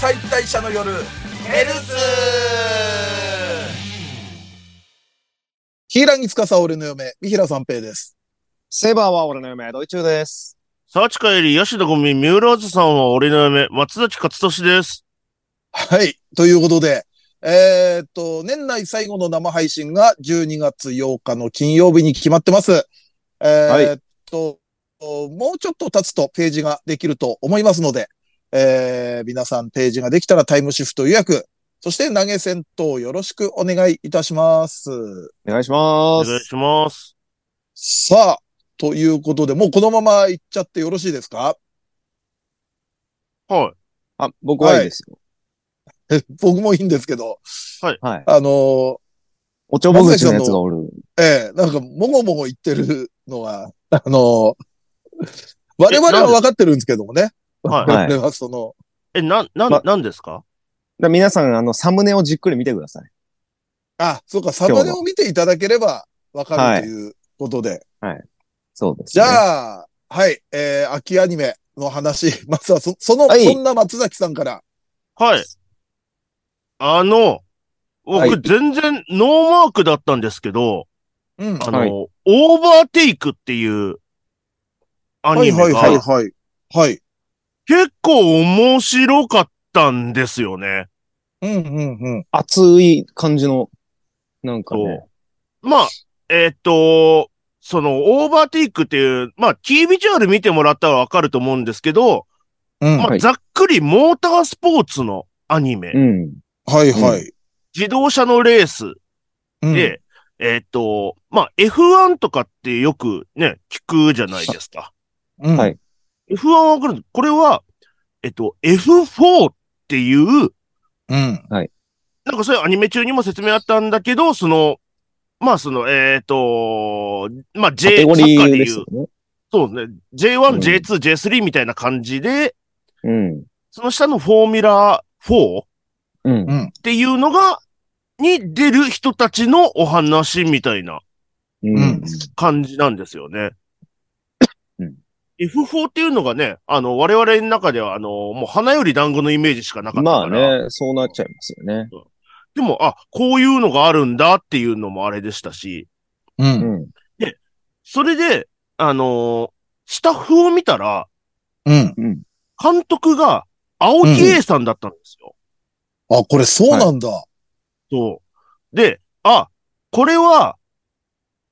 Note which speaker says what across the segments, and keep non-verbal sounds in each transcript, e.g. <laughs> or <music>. Speaker 1: 解体者の夜ヘルツヒーラギツカサ俺の嫁、三平三平です。
Speaker 2: セバーは俺の嫁、ドイチューです。
Speaker 3: サーチカより吉田ゴミ、ミューラーズさんは俺の嫁、松崎勝利です。
Speaker 1: はい。ということで、えーっと、年内最後の生配信が12月8日の金曜日に決まってます。えーっと、もうちょっと経つとページができると思いますので、えー皆さんページができたらタイムシフト予約、そして投げ銭等よろしくお願いいたします。
Speaker 2: お願いし
Speaker 3: お
Speaker 2: ま
Speaker 3: 願い
Speaker 2: す。
Speaker 3: します。
Speaker 1: さあ、ということで、もうこのまま行っちゃってよろしいですか
Speaker 3: は
Speaker 2: あ、僕はいいですよ。
Speaker 1: 僕もいいんですけど、
Speaker 2: はい。
Speaker 1: あのー
Speaker 2: おちょぼ口のやつがおる。
Speaker 1: ええ、なんか、もごもご言ってるのは、あの我々
Speaker 3: なん
Speaker 1: は
Speaker 3: で
Speaker 1: 分かってるんですけどもね。
Speaker 3: い。は
Speaker 2: はい
Speaker 1: 我々はその、
Speaker 3: い。え、な、な、
Speaker 2: ま
Speaker 3: なんですか
Speaker 2: だ皆さん、あの、サムネをじっくり見てください。
Speaker 1: あ、そうか、サムネを見ていただければ分かるということで。
Speaker 2: そうです、
Speaker 1: じ
Speaker 2: ね。あ、
Speaker 1: ゃあ、はい、えー、秋アニメの話、 <laughs> まずはそ、その、
Speaker 2: はい
Speaker 1: そんな松崎さんから。
Speaker 3: はい。あの、
Speaker 2: は
Speaker 3: 僕
Speaker 2: い
Speaker 3: 全然ノーマークだったんですけど、
Speaker 1: うん。
Speaker 3: あの、
Speaker 2: はい
Speaker 3: オーバーテイクっていうア
Speaker 1: はい
Speaker 3: ニ
Speaker 1: はい
Speaker 3: メ
Speaker 1: はい
Speaker 3: が
Speaker 1: はい。はい。
Speaker 3: 結構面白かったんですよね。
Speaker 1: うんうんうん。
Speaker 2: 熱い感じの、なんかね。
Speaker 3: まあ、えーっと、その、オーバーテイクっていう、まあ、キービジュアル見てもらったらわかると思うんですけど、
Speaker 1: うん。
Speaker 3: ま
Speaker 1: は
Speaker 3: あ、
Speaker 2: はい
Speaker 3: ざっくりモータースポーツのアニメ、
Speaker 2: うん。
Speaker 1: いはい。
Speaker 3: 自動車のレース
Speaker 1: うん、
Speaker 3: で、えーっと、まあ、F1 とかってよくね、聞くじゃないですか。
Speaker 1: うん、
Speaker 2: はい
Speaker 3: F1 はわかるんですこれは、えっと、F4 っていう、
Speaker 1: うん。
Speaker 3: なんかそういうアニメ中にも説明あったんだけど、その、まあその、えーっ、と、まあ
Speaker 2: カ
Speaker 3: J、
Speaker 2: テ
Speaker 3: サ
Speaker 2: ゴ
Speaker 3: ッ
Speaker 2: リ
Speaker 3: カー
Speaker 2: ー
Speaker 3: で
Speaker 2: で
Speaker 3: い
Speaker 2: す
Speaker 3: う
Speaker 2: よ、ね。
Speaker 3: そうね、
Speaker 2: う
Speaker 3: J1、
Speaker 2: ん
Speaker 3: J2、J3 みたいな感じで、
Speaker 2: うん。
Speaker 3: その下のフォーミュラー 4?
Speaker 2: うん。
Speaker 3: っていうのが、に出る人たちのお話みたいな
Speaker 2: うん。
Speaker 3: 感じなんですよね。
Speaker 2: うん、
Speaker 3: F4 っていうのがね、あの、我々の中では、あの、もう花より団子のイメージしかなかっ
Speaker 2: ま
Speaker 3: たか
Speaker 2: あ
Speaker 3: ら。
Speaker 2: ね、そうなっちゃいますよね。
Speaker 3: でも、あ、こういうのがあるんだっていうのもあれでしたし、
Speaker 1: う。
Speaker 2: うんん。
Speaker 3: それで、あのースタッフを見たら、
Speaker 1: うん。
Speaker 3: 監督が青木栄さんだったんですよ。
Speaker 1: あ、これそうなんだ。
Speaker 3: そう。で、あ、これは、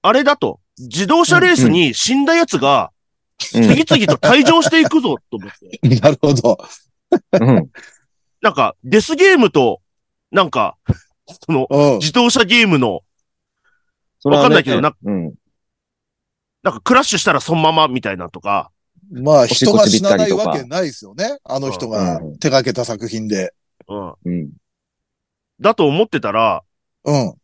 Speaker 3: あれだと、自動車レースに死んだ奴が、次々と退場していくぞ、と思って。 <laughs>
Speaker 2: <laughs>
Speaker 1: なるほど。
Speaker 2: うん。
Speaker 3: なんか、デスゲームと、なんか、その、
Speaker 1: うん。
Speaker 3: 自動車ゲームの、
Speaker 2: それはね
Speaker 3: わかんないけどな。
Speaker 2: うん。
Speaker 3: なんかクラッシュしたらそのままみたいなとか、
Speaker 1: まあ、人が
Speaker 2: おし
Speaker 1: 死
Speaker 2: っこちびった
Speaker 1: なな
Speaker 2: り
Speaker 1: い
Speaker 2: とか
Speaker 1: わけないですよね。あの人が
Speaker 2: うん
Speaker 1: 手掛けた作品で。
Speaker 3: うん。
Speaker 2: うん。
Speaker 3: だと思ってたら、
Speaker 1: うん。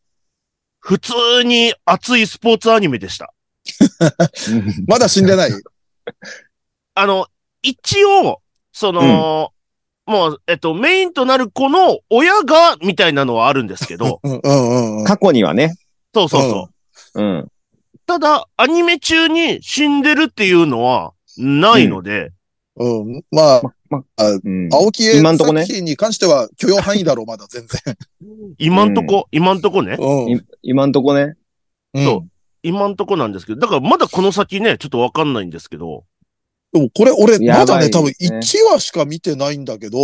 Speaker 3: 普通に熱いスポーツアニメでした。
Speaker 1: まだ死んで
Speaker 2: <laughs>
Speaker 1: ない。、
Speaker 3: あの、一応、その、もう、えっと、メインとなる子の親が、みたいなのはあるんですけど
Speaker 1: <laughs> うんうんうん。
Speaker 2: 過去にはね。
Speaker 3: そうそうそう。
Speaker 2: うん。
Speaker 3: ただ、アニメ中に死んでるっていうのは、ないので、
Speaker 1: うん。まあ、
Speaker 2: うん。
Speaker 1: 青木栄
Speaker 2: 今んとこ
Speaker 1: 作
Speaker 2: ね
Speaker 1: 品に関しては許容範囲だろう、まだ全
Speaker 2: <laughs>
Speaker 1: 然。
Speaker 3: 今んとこ、今んとこね、
Speaker 1: う
Speaker 2: い今んとこね。
Speaker 1: ん。
Speaker 3: そ今んとこなんですけど、だからまだこの先ね、ちょっとわかんないんですけど、
Speaker 1: うん。でもこれ俺、ま
Speaker 2: や
Speaker 1: だ
Speaker 2: ば
Speaker 1: ね、
Speaker 2: いです
Speaker 1: 多分
Speaker 2: ね
Speaker 1: 1話しか見てないんだけど、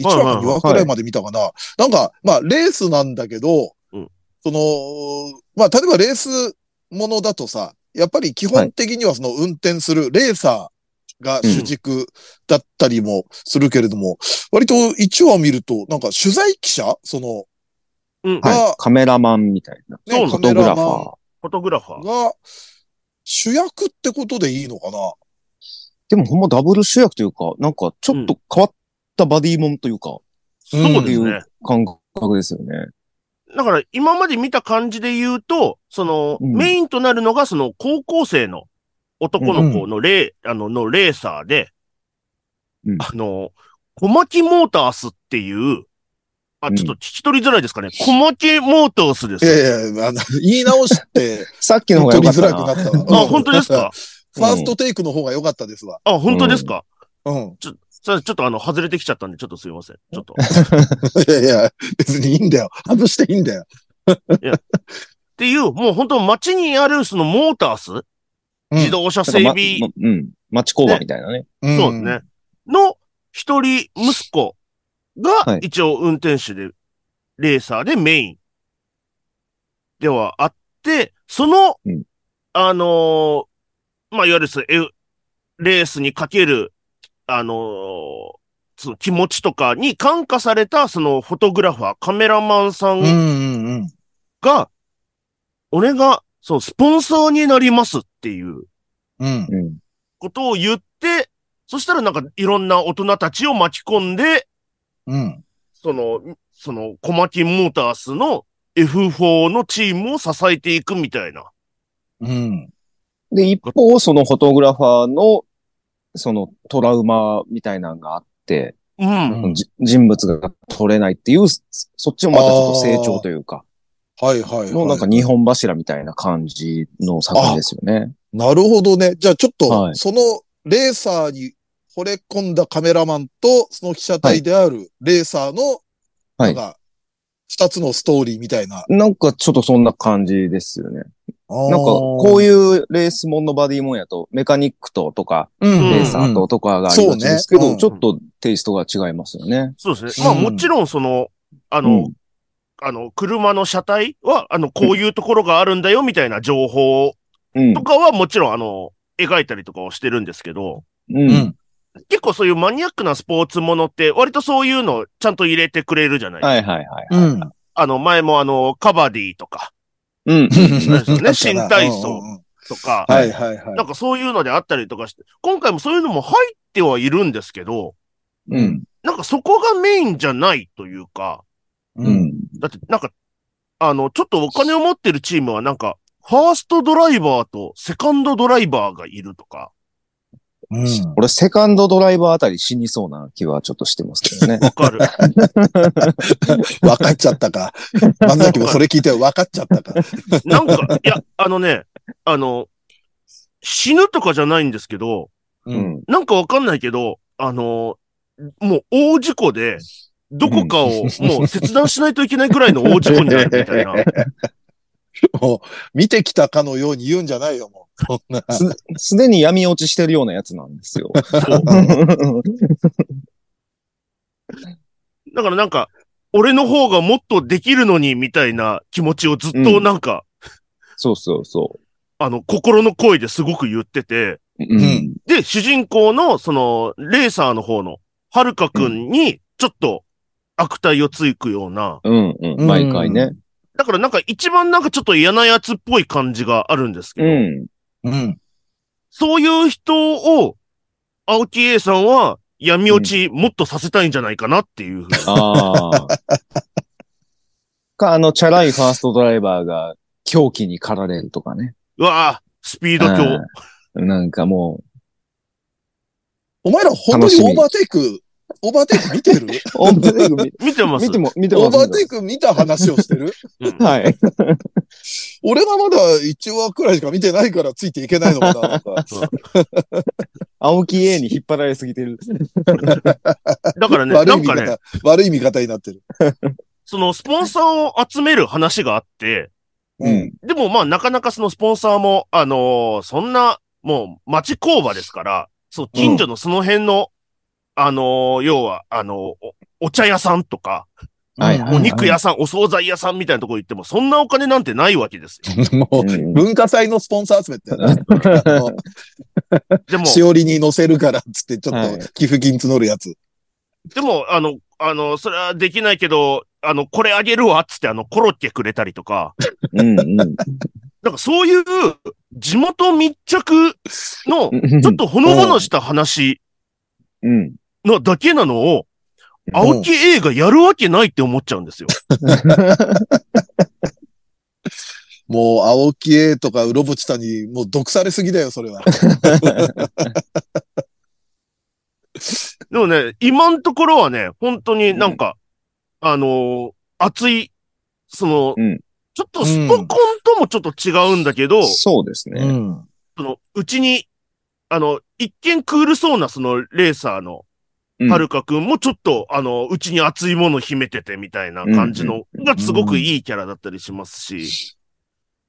Speaker 1: 1話
Speaker 3: はい
Speaker 1: か
Speaker 3: はい
Speaker 1: 2話くらいまで見たかな。なんか、まあ、レースなんだけど
Speaker 3: うん、
Speaker 1: その、まあ、例えばレースものだとさ、やっぱり基本的にはその運転するレーサーが主軸だったりもするけれども、割と1話見ると、なんか取材記者その、
Speaker 3: うん、
Speaker 1: あ
Speaker 2: はい。カメラマンみたいな。
Speaker 1: ね
Speaker 3: そう
Speaker 2: フ
Speaker 3: カ
Speaker 2: ォトグラフ
Speaker 1: マ
Speaker 2: ァ
Speaker 1: ン
Speaker 2: ー。
Speaker 3: フォトグラファー。
Speaker 1: が主役ってことでいいのかな
Speaker 2: でもほんまダブル主役というか、なんかちょっと変わったバディモンというか、
Speaker 1: うん
Speaker 3: そうですね。
Speaker 2: 感覚ですよね。
Speaker 3: だから、今まで見た感じで言うと、その、
Speaker 2: うん
Speaker 3: メインとなるのが、その、高校生の男の子のレー、あの、のレーサーで、
Speaker 2: うん
Speaker 3: あの、小牧モータースっていう、あ、ちょっと聞き取りづらいですかね。小牧モータースで
Speaker 1: い
Speaker 3: す。
Speaker 1: やいや、あの、言い直して、
Speaker 2: さっきの方が
Speaker 1: 取
Speaker 2: 良
Speaker 1: り
Speaker 2: かっ
Speaker 1: づら
Speaker 2: た
Speaker 1: くな
Speaker 2: な。
Speaker 1: ったわ。
Speaker 3: あ、本当ですか
Speaker 1: ファーストテイクの方が良かったですわ。
Speaker 3: <laughs> あ、本当ですか、
Speaker 1: うん。
Speaker 3: ちょそれちょっとあの、外れてきちゃったんで、ちょっとすいません。ちょっと。
Speaker 1: いやいや、別にいいんだよ。外していいんだよ。
Speaker 3: っていう、もう本当街にあるそのモータース、
Speaker 1: うん
Speaker 3: 自動車整
Speaker 2: なんかま
Speaker 3: 備、
Speaker 2: まうん。町工場みたいなね。
Speaker 1: うん
Speaker 3: そうです。ね。の一人息子
Speaker 2: は
Speaker 3: が
Speaker 2: い
Speaker 3: 一応運転手で、レーサーでメインではあって、その、
Speaker 2: うん
Speaker 3: あのーまあ、いわゆるその F レースにかける、あのーその気持ちとかに感化された、そのフォトグラファー、カメラマンさ
Speaker 1: うんうんんうん。
Speaker 3: が、俺が、そのスポンサーになりますっていう
Speaker 1: うん。
Speaker 2: うん。
Speaker 3: ことを言って、そしたらなんかいろんな大人たちを巻き込んで、
Speaker 1: うん。
Speaker 3: その、その、小牧モータースの F4 のチームを支えていくみたいな。
Speaker 1: うん。
Speaker 2: で、一方、そのフォトグラファーの、そのトラウマみたいなのがあって、
Speaker 3: うん。
Speaker 1: うん
Speaker 2: じ人物が取れないっていう、そそっちもまたちょっと成長というか、
Speaker 1: はいはいはい。
Speaker 2: のなんか日本柱みたいな感じの作品ですよね。
Speaker 1: なるほどね。じゃあちょっと、
Speaker 2: はい
Speaker 1: そのレーサーに惚れ込んだカメラマンと、その被写体であるレーサーの、
Speaker 2: はい
Speaker 1: なんか、二つのストーリーみたいな。
Speaker 2: なんかちょっとそんな感じですよね。
Speaker 1: な
Speaker 2: なんかこう
Speaker 1: う、
Speaker 2: いうレースもんのバディもんやと、メカニックととか、
Speaker 1: うん
Speaker 2: レーサーととかがありがちですけ
Speaker 1: そうね
Speaker 2: ど、
Speaker 1: うん
Speaker 2: ちょっとテイストが違いますよね。
Speaker 3: そうですね。まあ
Speaker 1: うん
Speaker 3: もちろんその、あ
Speaker 2: あ
Speaker 3: の、あの、車の車体は、あの、こういうところがあるんだよみたいな情報
Speaker 2: うん
Speaker 3: と、かはもちろんあの、描いたりとかをしてるんですけど、
Speaker 2: う。
Speaker 1: うんん。
Speaker 3: 結構そういうマニアックなスポーツものって、割とそういうのをちゃんと入れてくれるじゃないですか。
Speaker 2: はいはいはい。
Speaker 1: うん。
Speaker 3: あの、前もあの、カバディとか、
Speaker 2: うん。
Speaker 3: そうですよね
Speaker 1: <laughs> 確かに
Speaker 3: 新体操
Speaker 1: うんうんうん
Speaker 3: とか、
Speaker 1: はいはいはい。
Speaker 3: なんかそういうのであったりとかして、今回もそういうのも入ってはいるんですけど、
Speaker 2: うん。
Speaker 3: なんかそこがメインじゃないというか、
Speaker 1: う。
Speaker 2: うんん。
Speaker 3: だってなんか、あの、ちょっとお金を持ってるチームはなんか、ファーストドライバーとセカンドドライバーがいるとか、
Speaker 1: うん。
Speaker 2: 俺、セカンドドライバーあたり死にそうな気はちょっとしてますけどね。
Speaker 3: わかる。
Speaker 1: 分かっちゃった
Speaker 2: <laughs>
Speaker 1: か。松崎もそれ聞いて分かっちゃったか。
Speaker 3: なんか、いや、あのね、あの、死ぬとかじゃないんですけど、
Speaker 1: う。
Speaker 2: うんん。
Speaker 3: なんかわかんないけど、あの、もう大事故で、どこかをもう切断しないといけないくらいの大事故になるみ <laughs> たいな。
Speaker 1: もう、見てきたかのように言うんじゃないよ、もう。そんな。
Speaker 2: す、すでに闇落ちしてるようなやつなんですよ。
Speaker 3: そう
Speaker 2: う
Speaker 3: だからなんか、俺の方がもっとできるのに、みたいな気持ちをずっとなんか、
Speaker 2: <laughs> そうそうそ
Speaker 3: あの、心の声ですごく言ってて、
Speaker 2: う。うん。
Speaker 3: で、主人公の、その、レーサーの方の、はるかくんに、ちょっと、悪態をついくような、
Speaker 2: うんうん。毎回ね。
Speaker 3: だからなんか一番なんかちょっと嫌なやつっぽい感じがあるんですけ
Speaker 2: う
Speaker 3: ど、
Speaker 2: ん。
Speaker 1: うん。
Speaker 3: そういう人を、青木 A さんは、闇落ちもっとさせたいんじゃないかなっていうふうに。
Speaker 2: ああ。 <laughs> か、あの、チャラいファーストドライバーが狂気に駆られるとかね。
Speaker 3: うわぁ、スピード強。
Speaker 2: うんなんかも
Speaker 1: お前ら本当
Speaker 2: 楽し
Speaker 1: に
Speaker 2: み
Speaker 1: オーバーテイク、オーバーテイク見
Speaker 2: <laughs>
Speaker 1: てる
Speaker 2: う、オーバーテイク
Speaker 3: 見てます
Speaker 2: 見ても、見て
Speaker 1: オ
Speaker 2: も
Speaker 1: ーバーテイク見た話をしてる
Speaker 3: うん
Speaker 2: はい。
Speaker 1: 俺がまだ1話くらいしか見てないからついていけないのかなと
Speaker 2: <laughs>
Speaker 1: か。
Speaker 2: 青木 A に引っ張られすぎてる。
Speaker 3: だからね、
Speaker 1: 悪
Speaker 3: ないん
Speaker 1: 見
Speaker 3: か
Speaker 1: 方、
Speaker 3: ね、
Speaker 1: 悪い見方になってる。
Speaker 3: そのスポンサーを集める話があって、
Speaker 2: う。ん。
Speaker 3: でもまあなかなかそのスポンサーも、あのーそんな、もう町工場ですから、そう、近所のその辺の、あのー要は、あのーお、お茶屋さんとか、
Speaker 2: はいはい
Speaker 3: お肉屋さん、お惣菜屋さんみたいなとこ行っても、そんなお金なんてないわけですよ。
Speaker 1: も
Speaker 2: う
Speaker 1: う、
Speaker 2: ん
Speaker 1: 文化祭のスポンサー集めってな。
Speaker 2: <laughs>
Speaker 1: あの
Speaker 3: でも、
Speaker 1: しおりに乗せるからっつって、ちょ
Speaker 2: は
Speaker 1: っ
Speaker 2: い
Speaker 1: と寄付金募るやつ。
Speaker 3: でも、あの、あの、それはできないけど、あの、これあげるわ、っつってあの、コロッケくれたりとか、
Speaker 2: うんうん。
Speaker 3: なんかそういう地元密着の、ちょっとほのぼのした話、
Speaker 2: うん。
Speaker 3: のだけなの
Speaker 2: う
Speaker 3: を、
Speaker 2: ん
Speaker 3: 青木 A がやるわけないって思っちゃうんですよ。
Speaker 2: <laughs>
Speaker 1: もう、青木 A とか、うろぶちさんに、もう、毒されすぎだよ、それは。
Speaker 3: でもね、今のところはね、本当になんか、あのー熱い、その、
Speaker 2: うん
Speaker 3: ちょっとスポコンともちょっと違うんだけど、そ
Speaker 2: そうですね。
Speaker 1: ん。
Speaker 3: の、うちに、あの、一見クールそうなそのレーサーの
Speaker 2: うん
Speaker 3: はるかくんもちょっと、あの、うちに熱いもの秘めててみたいな感じの、がすごくいいキャラだったりしますし、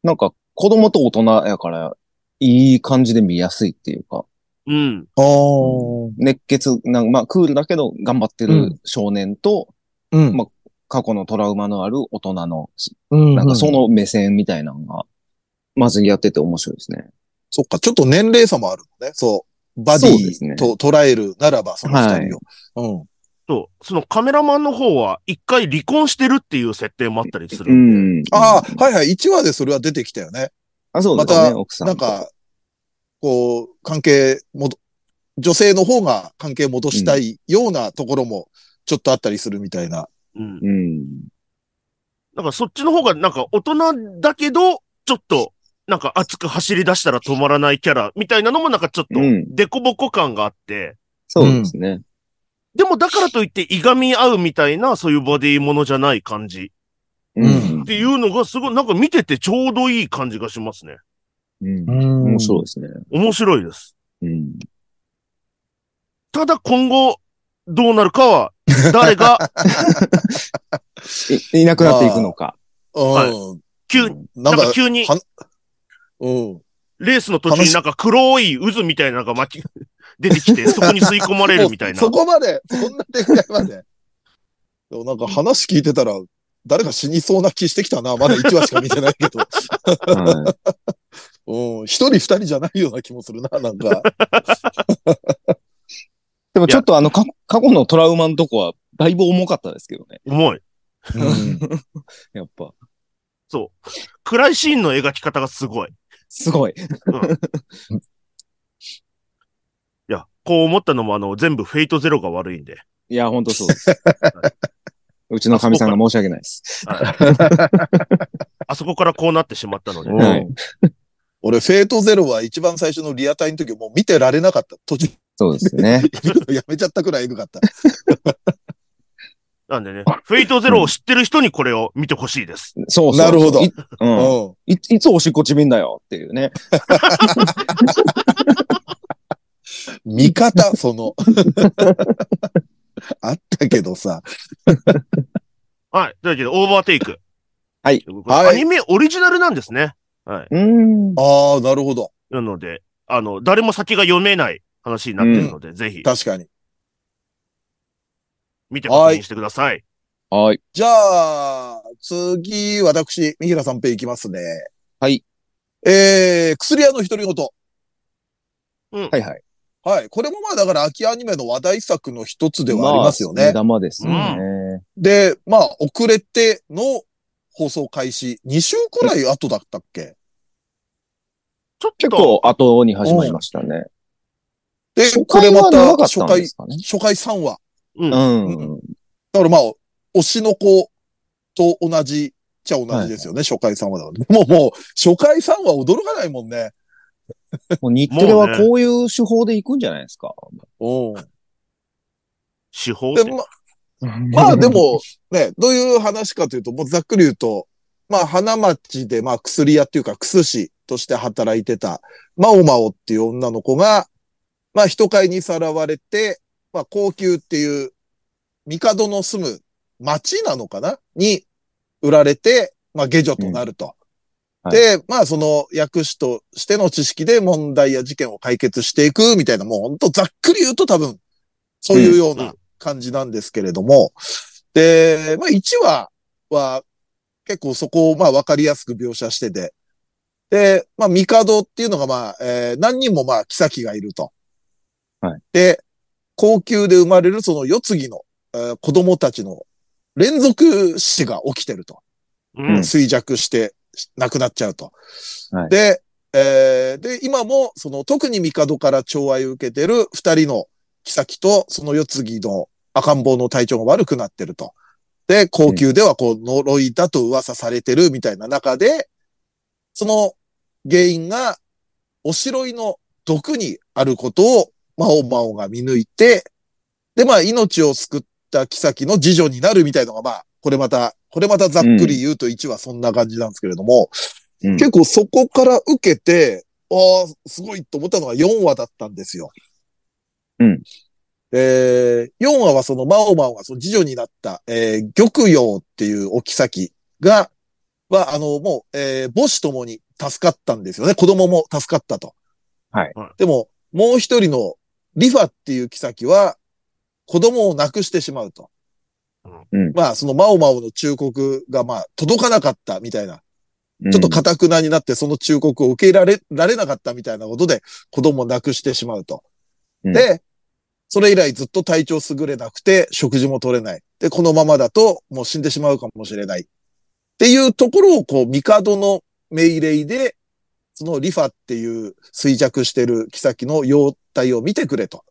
Speaker 2: なんか、子供と大人やから、いい感じで見やすいっていうか、
Speaker 3: うん。
Speaker 1: あー
Speaker 2: 熱血、なんまあ、クールだけど頑張って
Speaker 1: う
Speaker 2: る少年と、
Speaker 1: うん
Speaker 2: ま過去のトラウマのある大人の、
Speaker 1: うん。
Speaker 2: なんかその目線みたいなのが、まずやってて面白いですね。
Speaker 1: そっか、ちょっと年齢差もあるのね。そう。バデ
Speaker 2: そうです
Speaker 1: ィ
Speaker 2: ね
Speaker 1: と捉えるならば、その二人を。
Speaker 3: そう。そのカメラマンの方は、一回離婚してるっていう設定もあったりする。
Speaker 2: うん。
Speaker 1: うん。ああ、はいはい。1話でそれは出てきたよね。
Speaker 2: あ、そうです
Speaker 1: ま
Speaker 2: ね、
Speaker 1: た
Speaker 2: 奥さん。
Speaker 1: なん、か、こう、関係もど、女性の方が関係戻したいようなところもちょっとあったりするみたいな。
Speaker 3: うん。
Speaker 2: うん。
Speaker 3: なんかそっちの方が、なんか大人だけど、ちょっと、なんか熱く走り出したら止まらないキャラみたいなのもなんかちょっと
Speaker 2: うん、
Speaker 3: デコボコ感があって、
Speaker 2: そうですね。
Speaker 3: でもだからといって、いがみ合うみたいな、そういうボディものじゃない感じ
Speaker 2: うんん
Speaker 3: っ。ていうのがすごい、なんか見ててちょうどいい感じがしますね。
Speaker 2: うん。
Speaker 1: 面
Speaker 2: 面白いですね。
Speaker 3: 面白いです。
Speaker 2: うん。
Speaker 3: ただ今後、どうなるかは、誰
Speaker 1: <laughs>
Speaker 3: が、
Speaker 2: い、いなくなっていくのか。
Speaker 1: うん。
Speaker 3: 急、
Speaker 1: な
Speaker 3: なんん
Speaker 1: か
Speaker 3: か、急に、
Speaker 1: うん。
Speaker 3: レースの途中になんか黒い渦みたいなのが巻き、出てき
Speaker 1: <laughs>
Speaker 3: て、そこに吸い込まれるみたいな
Speaker 1: そ。こまで、そんな展開まで。でもなんか話聞いてたら、誰か死にそうな気してきたな。まだ1話しか見てないけ
Speaker 3: <laughs>
Speaker 1: ど。
Speaker 2: は
Speaker 1: うん。一人二人じゃないような気もするな、なんか。。
Speaker 2: いでもちょっとあの、か過去のトラウマのとこは、だいぶ重かったですけどね。
Speaker 3: 重い。
Speaker 2: やっぱ、
Speaker 3: そう。暗いシーンの描き方がすごい。
Speaker 2: すごい。
Speaker 3: いや、こう思ったのも、あの、全部フェイトゼロが悪いんで。
Speaker 2: いや、ほんとそうです。うちの神さんが申し訳ないです。
Speaker 3: あそこからこうなってしまったので。
Speaker 2: はいう
Speaker 1: ん <laughs> 俺、フェイトゼロは一番最初のリアタイの時もう見てられなかった。途中
Speaker 2: そうですね。
Speaker 1: 見るのやめちゃったくらいエグかった。
Speaker 3: なんでね、フェイトゼロを知ってる人にこれを見てほしいです。
Speaker 2: そうそう。
Speaker 1: なるほど
Speaker 2: いうん。
Speaker 1: うん。
Speaker 2: いいつおしっこちびんだよっていうね。
Speaker 1: 見方、その。 <laughs> あったけどさ。
Speaker 3: はい。というわけで、オーバーテイク。
Speaker 2: はい
Speaker 3: とうことで。
Speaker 1: はい
Speaker 3: アニメオリジナルなんですね。はい。
Speaker 2: うん。
Speaker 1: ああ、なるほど。
Speaker 3: なので、あの、誰も先が読めない話になってるので、ぜひ、
Speaker 1: 確かに。
Speaker 3: 見て確認してください。
Speaker 2: はい。
Speaker 1: じゃあ、次、私、三平三平いきますね。
Speaker 2: はい。
Speaker 1: えー、薬屋の独り言。
Speaker 3: うん。
Speaker 2: はいはい。
Speaker 1: はい。これもまあだから秋アニメの話題作の一つではありますよね。
Speaker 2: 目玉ですね。
Speaker 1: で、まあ遅れての放送開始、2週くらい後だったっけ
Speaker 3: ちょっ
Speaker 2: 結
Speaker 3: と、
Speaker 2: 構後に始まりましたね。
Speaker 1: で、
Speaker 2: 初
Speaker 1: これ
Speaker 2: 回は
Speaker 1: また
Speaker 2: 長かっ
Speaker 1: 初
Speaker 2: たんで
Speaker 1: 回
Speaker 2: す、かね。
Speaker 1: 初回3話。
Speaker 3: うん
Speaker 2: うん。
Speaker 1: だからまあ、推しの子と同じじゃ同じですよね、初回3話だから。もうもう、初回3話驚かないもんね。
Speaker 2: もう日テレはこういう手法で行くんじゃないですか。
Speaker 1: うん。
Speaker 3: 手法って
Speaker 1: で、ままあで、も、ね、どういう話かというと、もうざっくり言うと、まあ花町で、まあ薬屋っていうか、薬師として働いてた、まおまおっていう女の子が、まあ人買いにさらわれて、まあ高級っていう、帝の住む町なのかなに売られて、まあ下女となると。
Speaker 2: うん
Speaker 1: で、まあその薬師としての知識で問題や事件を解決していくみたいな、もうほんとざっくり言うと多分、そういうような感じなんですけれども、で、まあ1話は結構そこをまあわかりやすく描写してて、で、まあ帝っていうのがまあ、えー何人もまあ妃がいると。
Speaker 2: はい。
Speaker 1: で、高級で生まれるその世継ぎの、えー子供たちの連続死が起きてると。
Speaker 3: うん。うん。
Speaker 1: 衰弱して亡くなっちゃうと。
Speaker 2: はい
Speaker 1: で、えーで、今も、その、特に帝から寵愛を受けてる二人の妃と、その世継ぎの赤ん坊の体調が悪くなってると。で、高級ではこう、呪いだと噂されてるみたいな中で、その原因が、おしろいの毒にあることを、魔王魔王が見抜いて、で、まあ、命を救った妃の次女になるみたいのが、まあ、これまた、これまたざっくり言うと1はそんな感じなんですけれども、
Speaker 2: うん
Speaker 1: 結構そこから受けて、ああ、すごいと思ったのが4話だったんですよ。
Speaker 2: うん。
Speaker 1: えー、4話はその、マオマオがその次女になった、えー、玉陽っていうお妃が、は、あの、もう、えー、母子ともに助かったんですよね。子供も助かったと。
Speaker 2: はい
Speaker 3: はい
Speaker 1: でも、もう一人のリファっていう妃は、子供を亡くしてしまうと。
Speaker 2: うん
Speaker 1: まあ、その、マオマオの忠告が、まあ、届かなかったみたいな。
Speaker 2: うん
Speaker 1: ちょっとかたくなになって、その忠告を受けられ、られなかったみたいなことで、子供を亡くしてしまうと。
Speaker 2: うん
Speaker 1: で、それ以来ずっと体調優れなくて、食事も取れない。で、このままだと、もう死んでしまうかもしれない。っていうところを、こう、帝の命令で、そのリファっていう衰弱してる妃の容体を見てくれと。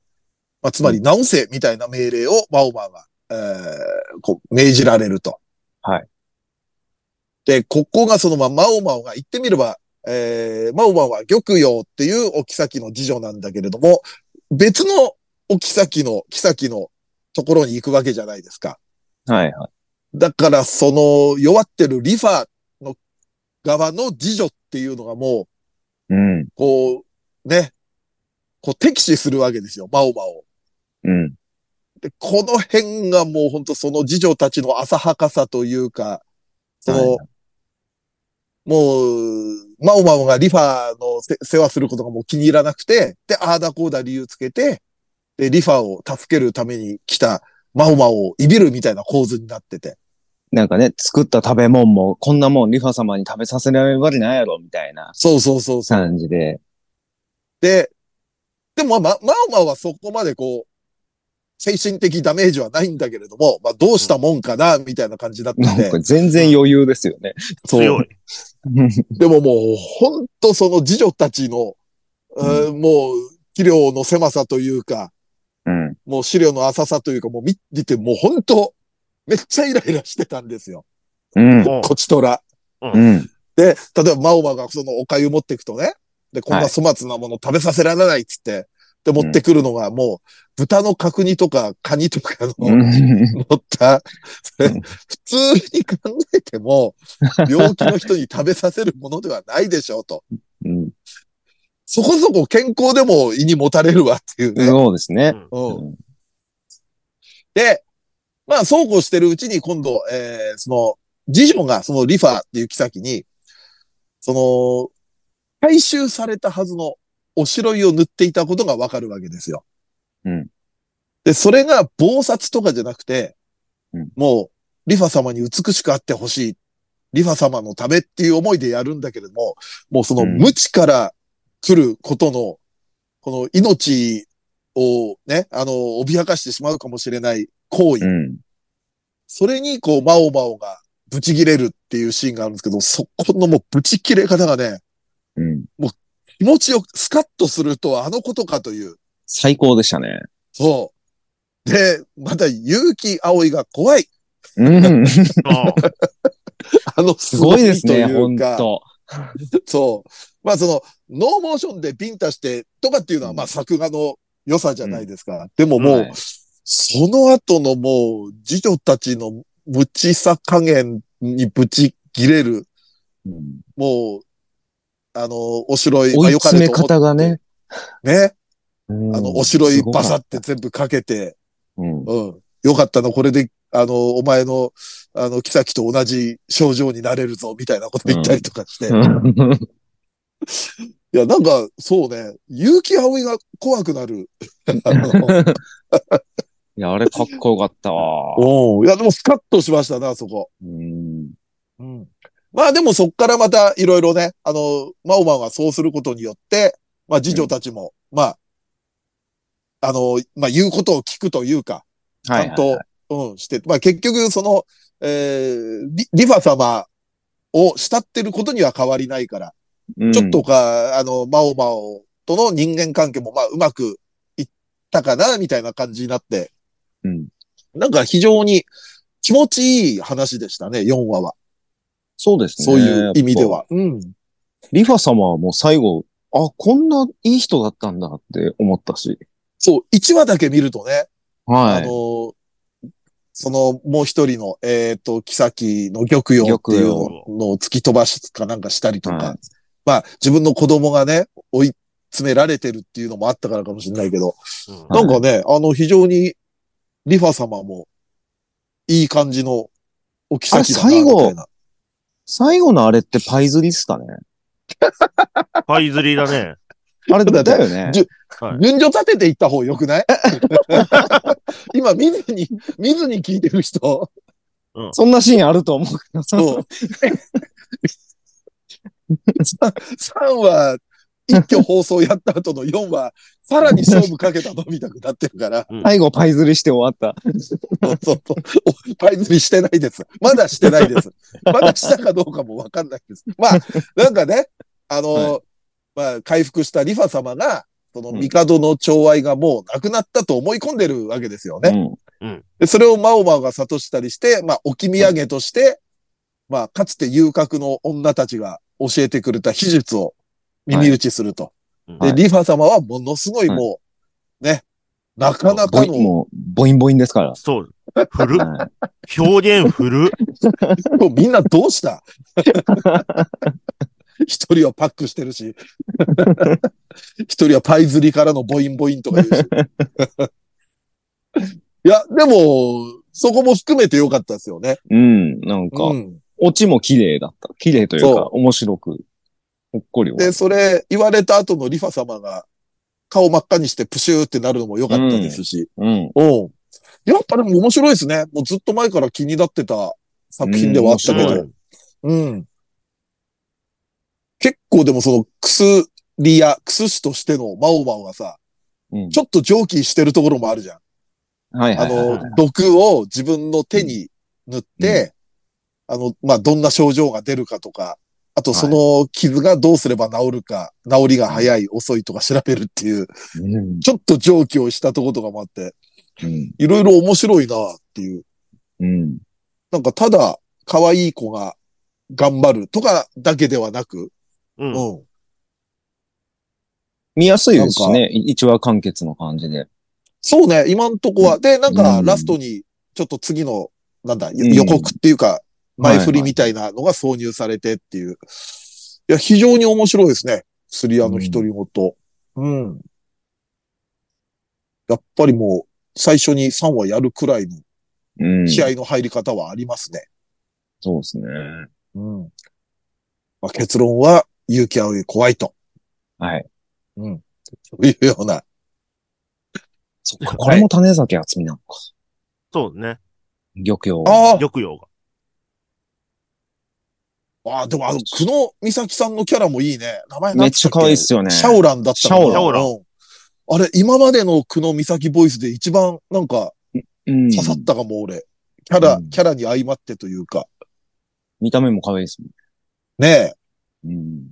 Speaker 1: まあ、つまり直せみたいな命令をマオマンが、えー、こう、命じられると。
Speaker 2: はい。
Speaker 1: で、ここがそのまあ、マオマオが言ってみれば、えー、マオマオは玉陽っていうお妃の次女なんだけれども、別のお妃の、妃のところに行くわけじゃないですか。
Speaker 2: はいはい。
Speaker 1: だから、その、弱ってるリファの側の次女っていうのがもう、
Speaker 2: うん。
Speaker 1: こう、ね、こう敵視するわけですよ、マオマオ。
Speaker 2: うん。
Speaker 1: で、この辺がもう本当その次女たちの浅はかさというか、その、
Speaker 2: はい
Speaker 1: もう、マオマオがリファのせ世話することがもう気に入らなくて、で、ああだこうだ理由つけて、で、リファを助けるために来たマオマオをいびるみたいな構図になってて。
Speaker 2: なんかね、作った食べ物も、こんなもんリファ様に食べさせられるわけないやろ、みたいな
Speaker 1: そうそうそうそう。
Speaker 2: 感じで。
Speaker 1: で、でもまあ、ま、マオマオはそこまでこう、精神的ダメージはないんだけれども、まあどうしたもんかな、みたいな感じになって
Speaker 2: なん
Speaker 1: て
Speaker 2: か。全然余裕ですよ
Speaker 1: <laughs>
Speaker 2: ね。
Speaker 1: そう
Speaker 3: 強い。
Speaker 1: でももう、ほんとその次女たちの、えーもう、器量の狭さというか、
Speaker 2: うん。
Speaker 1: もう資料の浅さというか、もう見見て、もうほんと、めっちゃイライラしてたんですよ。
Speaker 2: うん。
Speaker 3: うん
Speaker 1: こちとら。
Speaker 2: うん。
Speaker 1: で、例えば、マオマがそのお粥持ってくとね、で、こん
Speaker 2: は
Speaker 1: ない粗末なもの食べさせられないっつって、で、持ってくるのがもう、豚の角煮とかカニとかの、
Speaker 2: うん
Speaker 1: 乗った、それ
Speaker 2: うん
Speaker 1: 普通に考えて
Speaker 2: <laughs>
Speaker 1: も、病気の人に食べさせるものではないでしょうと。
Speaker 2: うん。
Speaker 1: そこそこ健康でも胃にもたれるわっていうね。
Speaker 2: そうですね。
Speaker 1: うん
Speaker 2: うん
Speaker 1: で、まあ、そうこうしてるうちに今度、えー、その、次女がそのリファっていう妃に、その、回収されたはずのおしろいを塗っていたことがわかるわけですよ。
Speaker 2: うん。
Speaker 1: で、それが暴殺とかじゃなくて、
Speaker 2: うん
Speaker 1: もう、リファ様に美しくあってほしい。リファ様のためっていう思いでやるんだけれども、もうその
Speaker 2: うん
Speaker 1: 無知から来ることの、この命をね、あの、脅かしてしまうかもしれない行為。
Speaker 2: うん。
Speaker 1: それに、こう、マオマオがブチ切れるっていうシーンがあるんですけど、そこのもうブチ切れ方がね、
Speaker 2: うん。
Speaker 1: 気持ちよくスカッとするとはあのことかという。
Speaker 2: 最高でしたね。
Speaker 1: そう。で、また、結城葵が怖い。 <laughs>
Speaker 2: うん。
Speaker 3: ああ
Speaker 1: あの、
Speaker 2: すごいですね、
Speaker 1: とい
Speaker 2: 本
Speaker 1: うか
Speaker 2: 当
Speaker 1: そう。まあ、その、ノーモーションでビンタしてとかっていうのは、まあ、作画の良さじゃないですか。でももう、
Speaker 2: はい
Speaker 1: その後のもう、次女たちの無知さ加減にぶち切れる、
Speaker 2: うん
Speaker 1: もう、あの、おしろい、
Speaker 2: 追い
Speaker 1: 良か
Speaker 2: 詰
Speaker 1: れ
Speaker 2: め
Speaker 1: と思って
Speaker 2: 方がね。
Speaker 1: ね。あ
Speaker 2: あ
Speaker 1: の、おしろいバサって全部かけて、
Speaker 2: うん。
Speaker 1: うん。よかったな、これで、あの、お前の、あの、キサキと同じ症状になれるぞ、みたいなこと言ったりとかして。いや、なんか、そうね、結城葵が怖くなる。 <laughs> あ
Speaker 2: <laughs>
Speaker 1: の
Speaker 2: いや、あれかっこよかったわ。
Speaker 1: うん。いや、でもスカッとしましたな、そこ。
Speaker 2: うん。
Speaker 1: うん。まあでもそっからまたいろいろね、あの、マオマンはそうすることによって、まあ次女たちも、まあ、あの、まあ言うことを聞くというか、ち
Speaker 2: は
Speaker 1: ゃ
Speaker 2: い
Speaker 1: ん
Speaker 2: はい
Speaker 1: と、
Speaker 2: はい。
Speaker 1: うん、して、まあ結局その、えーリ、リファ様を慕ってることには変わりないから、
Speaker 2: うん
Speaker 1: ちょっと。か、あの、マオマオとの人間関係も、まあ、うまくいったかな、みたいな感じになって、
Speaker 2: うん。
Speaker 1: なんか非常に気持ちいい話でしたね、4話は。
Speaker 2: そうですね。
Speaker 1: そういう意味で。は。うん。
Speaker 2: リファ様はもう最後、あ、こんないい人だったんだって思ったし。
Speaker 1: そう、1話だけ見るとね、あ
Speaker 2: は
Speaker 1: の
Speaker 2: い。
Speaker 1: ー、その、もう一人の、えっ、と、キサキの玉葉っていうの
Speaker 3: 玉
Speaker 1: のを突き飛ばしかなんかしたりとか、
Speaker 2: はい
Speaker 1: まあ、自分の子供がね、おい、詰められてるっていうのもあったからかもしれないけど、
Speaker 3: うん
Speaker 2: は
Speaker 1: な
Speaker 2: い
Speaker 1: んかね、あの、非常に、リファ様も、いい感じの、おきさきだな
Speaker 2: あ最後
Speaker 1: みたいな
Speaker 2: 最後のあれってパイズリっすかね
Speaker 3: パイズリだね。
Speaker 2: あれだよね
Speaker 1: じ。ゅ
Speaker 3: はい
Speaker 1: 順序立てていった方よくない <laughs> 今、見ずに、見ずに聞いてる人。
Speaker 2: そんなシーンあると思うけど。
Speaker 1: そう。3は、一挙放送やった後の4は、さらに勝負かけたのみたくなってるから、
Speaker 2: 最後パイズリして終わった。
Speaker 1: そうそうそうおパイズリしてないです。まだしてないです。まだしたかどうかもわかんないです。まあ、なんかね、あの、
Speaker 2: は
Speaker 1: まあ、回復したリファ様が、その、
Speaker 3: うん
Speaker 1: 帝の寵愛がもうなくなったと思い込んでるわけですよね。
Speaker 2: うん
Speaker 1: で、それをマオマオが諭したりして、まあ、置き土産として、まあ、かつて遊郭の女たちが教えてくれた秘術を耳打ちすると。
Speaker 3: うん
Speaker 2: はい
Speaker 1: で、リファ様はものすごい
Speaker 2: はい
Speaker 1: もう、ね、なかなか
Speaker 2: ボ
Speaker 1: の
Speaker 2: イ、もう、ボインボインですから。
Speaker 3: そう。古っ
Speaker 2: はい
Speaker 3: 表現古っ
Speaker 1: もうみんなどうした <laughs> 一人はパックしてるし、一人はパイ釣りからのボインボインとか言うし。
Speaker 2: <laughs>
Speaker 1: いや、でも、そこも含めてよかったですよね。
Speaker 2: うん、なんか
Speaker 1: う、ん。
Speaker 2: オチも綺麗だった。綺麗という
Speaker 1: そ
Speaker 2: か、面白く、ほっこり終わ
Speaker 1: で、
Speaker 2: っ
Speaker 1: それ言われた後のリファ様が顔真っ赤にしてプシューってなるのも良かったですし。
Speaker 2: た。うん。
Speaker 1: うん。やっぱでも面白いですね。もうずっと前から気になってた作品ではあったけ
Speaker 2: うん面
Speaker 1: ど。うん。結構でもその薬や薬師としてのマオマオがさ、
Speaker 2: うん
Speaker 1: ちょっと上気してるところもあるじゃん。
Speaker 2: はいは
Speaker 1: あ
Speaker 2: いはいはい。
Speaker 1: の、毒を自分の手に塗って、あの、まあ、どんな症状が出るかとか、あと
Speaker 2: はい
Speaker 1: その傷がどうすれば治るか、治りが早い、遅いとか調べるっていう、
Speaker 2: うん
Speaker 1: ちょっと上気をしたとことかもあって、
Speaker 2: うん
Speaker 1: いろいろ面白いなっていう。
Speaker 2: うん。
Speaker 1: なんかただ、可愛い子が頑張るとかだけではなく、
Speaker 3: う。
Speaker 1: うんん。
Speaker 2: 見やすいですし
Speaker 1: な
Speaker 2: ね。い一話完結の感じで。
Speaker 1: そうね、今んとこは。で、なんか
Speaker 2: うん
Speaker 1: ラストに、ちょっと次の、なんだ、よ
Speaker 2: うん
Speaker 1: 予告っていうか、前振り
Speaker 2: はい
Speaker 1: みたいなのが挿入されてっていう。いや、非常に面白いですね。スリアの独り言。うん。やっぱりもう、最初に3話やるくらいの
Speaker 2: うん。
Speaker 1: 気合の入り方はありますね。
Speaker 2: そうですね。
Speaker 1: うん。まあ、結論は、勇気葵怖いと。
Speaker 2: はい。
Speaker 1: うん。と <laughs> いうような。
Speaker 2: そっか、これも種崎厚みなのか。
Speaker 3: そうね。
Speaker 2: 漁協。
Speaker 1: ああ
Speaker 3: 抑揚が。
Speaker 1: ああ、でもあの、久野美咲さんのキャラもいいね。名前
Speaker 2: めっちゃ可愛いっすよね。
Speaker 1: シャオランだったのかな
Speaker 2: シャ
Speaker 3: オラン
Speaker 1: うんあれ、今までの久野美咲ボイスで一番なんか
Speaker 2: うん
Speaker 1: 刺さったかも、俺。キャラ、
Speaker 2: うん
Speaker 1: キャラに相まってというか。
Speaker 2: 見た目も可愛いです
Speaker 1: ねえ。
Speaker 2: もん。うん。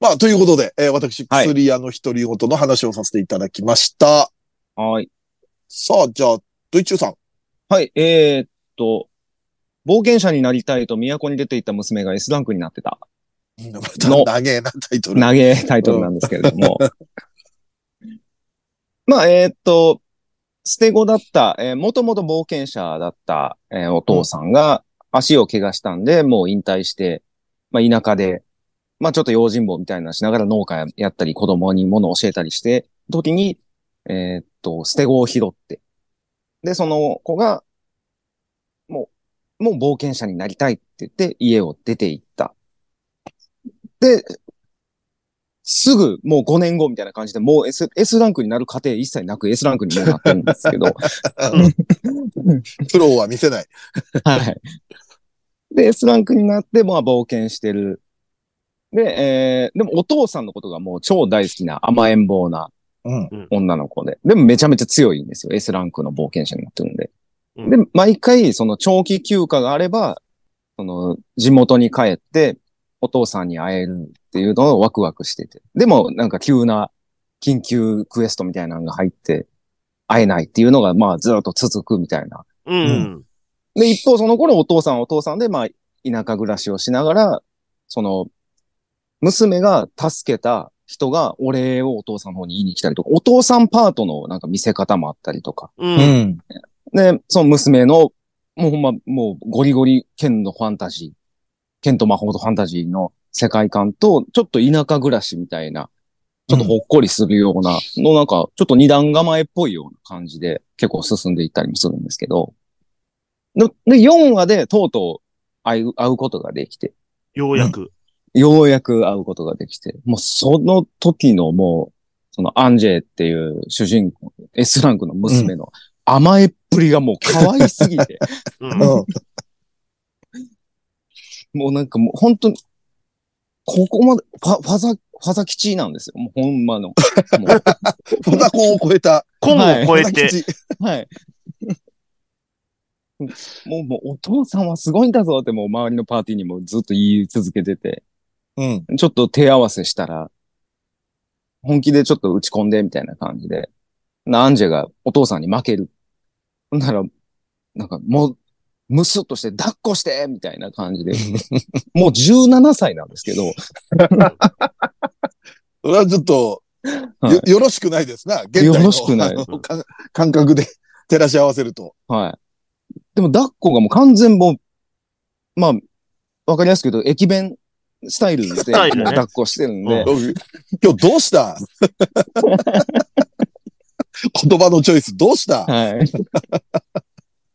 Speaker 1: まあ、ということで、えー私、
Speaker 2: はい
Speaker 1: 薬屋の独り言の話をさせていただきました。
Speaker 2: はい。
Speaker 1: さあ、じゃあ、ドイチュー
Speaker 2: <laughs>
Speaker 1: さん。
Speaker 2: はい、えーっと、冒険者になりたいと都に出ていた娘が S ランクになってた。
Speaker 1: また長えなタイトル。
Speaker 2: 投げタイトルなんですけれども。まあ、えーっと、捨て子だった、えー、もともと冒険者だった、えーお父さんが足を怪我したんで、もう引退して、まあ、田舎で、まあ、ちょっと用心棒みたいなのしながら農家やったり、子供に物を教えたりして、時に、えーっと、捨て子を拾って、で、その子が、もう、もう冒険者になりたいって言って、家を出て行った。で、すぐ、もう5年後みたいな感じで、もう S, S ランクになる過程一切なく S ランクにもうなってるんですけど、
Speaker 1: プロは見せない。
Speaker 2: はい。で、S ランクになって、まあ冒険してる。で、えー、でもお父さんのことがもう超大好きな甘えん坊な
Speaker 1: うん。
Speaker 2: 女の子で、でもめちゃめちゃ強いんですよ。S ランクの冒険者になってるんで。
Speaker 3: うん
Speaker 2: で、毎回、その長期休暇があれば、その地元に帰って、お父さんに会えるっていうのをワクワクしてて。でも、なんか急な緊急クエストみたいなのが入って、会えないっていうのが、まあずっと続くみたいな
Speaker 3: うん。
Speaker 2: で、一方その頃お父さんはお父さんで、まあ、田舎暮らしをしながら、その、娘が助けた人がお礼をお父さんの方に言いに来たりとか、お父さんパートのなんか見せ方もあったりとか。
Speaker 3: うん。うん。
Speaker 2: <laughs>
Speaker 1: ん。 <laughs>
Speaker 2: で、その娘の、もうほんま、もうゴリゴリ剣のファンタジー、剣と魔法とファンタジーの世界観と、ちょっと田舎暮らしみたいな、ちょっとほっこりするような、のなんか、ちょっと二段構えっぽいような感じで、結構進んでいったりもするんですけど、で、で4話でとうとう会う、会うことができて、
Speaker 3: ようやく。
Speaker 2: ようやく会うことができて、もうその時のもう、そのアンジェっていう主人公、S ランクの娘の甘えっぷりがもう可愛すぎて、 <laughs>
Speaker 3: うん。
Speaker 1: うん
Speaker 2: もうなんかもう本当に、ここまで、ファ、ファザ、ファザ吉なんですよ。もうほんまの。もう
Speaker 1: ファザコンを超えた。
Speaker 3: コンを超えて、
Speaker 1: ファザ吉
Speaker 2: はい。 <laughs> もう、もうお父さんはすごいんだぞってもう周りのパーティーにもずっと言い続けてて、
Speaker 1: うん。
Speaker 2: ちょっと手合わせしたら、本気でちょっと打ち込んでみたいな感じで、なアンジェがお父さんに負ける。ほんなら、なんかもう、むすっとして、抱っこしてみたいな感
Speaker 1: <laughs>
Speaker 2: じで、もう17歳なんですけど、
Speaker 1: それはちょっと、
Speaker 2: はい
Speaker 1: よよろしくないですな。現代の
Speaker 2: よろしくない
Speaker 1: あのか <laughs> 感覚で照らし合わせると。
Speaker 2: はい。でも、抱っこがもう完全もう、まあ、わかりやすく言うと、駅弁スタイルで、
Speaker 3: タイルね
Speaker 2: もう抱っこしてるんで、
Speaker 3: う
Speaker 2: <laughs>
Speaker 1: 今日どうした言葉のチョイスどうした
Speaker 2: はい。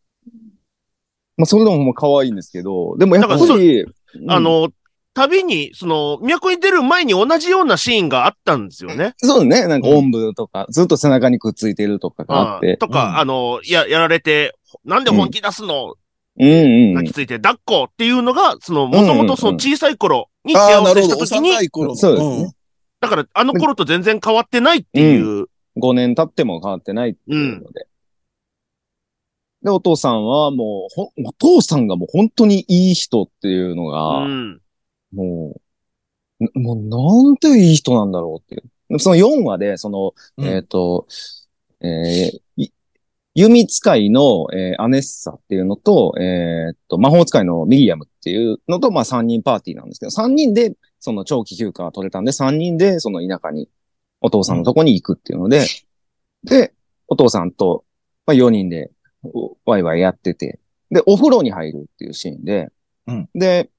Speaker 2: <laughs> まあ、それでももう可愛いんですけど、でもやっぱ
Speaker 3: なんかそ
Speaker 2: り、うん
Speaker 3: あ、の、旅に、その、都に出る前に同じようなシーンがあったんですよね。
Speaker 2: そうね、なんか、おんぶとか、ずっと背中にくっついてるとかがあっ
Speaker 3: うん
Speaker 2: て、
Speaker 3: と
Speaker 1: うん
Speaker 3: か、あの、や、やられて、なんで本気出すの、
Speaker 2: うんうんう
Speaker 3: 泣
Speaker 2: ん
Speaker 3: き。ついて、抱っこっていうのが、その、もともとその小さい頃に手
Speaker 1: あ
Speaker 3: 合
Speaker 1: あ、
Speaker 3: わ
Speaker 1: な
Speaker 3: せ
Speaker 1: る
Speaker 3: し
Speaker 1: ほ
Speaker 3: た
Speaker 1: ど。
Speaker 3: 時に、
Speaker 1: 幼い頃の。
Speaker 2: そうですね
Speaker 3: だからあの頃と全然変わってないっていう、
Speaker 2: 5年経っても変わってないっていうので。で、お父さんはもう、ほんお父さんがもう本当にいい人っていうの
Speaker 3: う
Speaker 2: が、
Speaker 3: ん。
Speaker 2: もう、なもうなんていい人なんだろうっていう。でもその4話で、その、
Speaker 1: うん
Speaker 2: えっ、と、えーい弓使いの、えーアネッサっていうのと、えっと、魔法使いのミリアムっていうのと、まあ3人パーティーなんですけど、3人で、その長期休暇が取れたんで、3人で、その田舎に、お父さんのとこに行くっていうので、で、お父さんと、まあ4人で、おワイワイやってて、で、お風呂に入るっていうシーンで、
Speaker 1: うん
Speaker 2: で、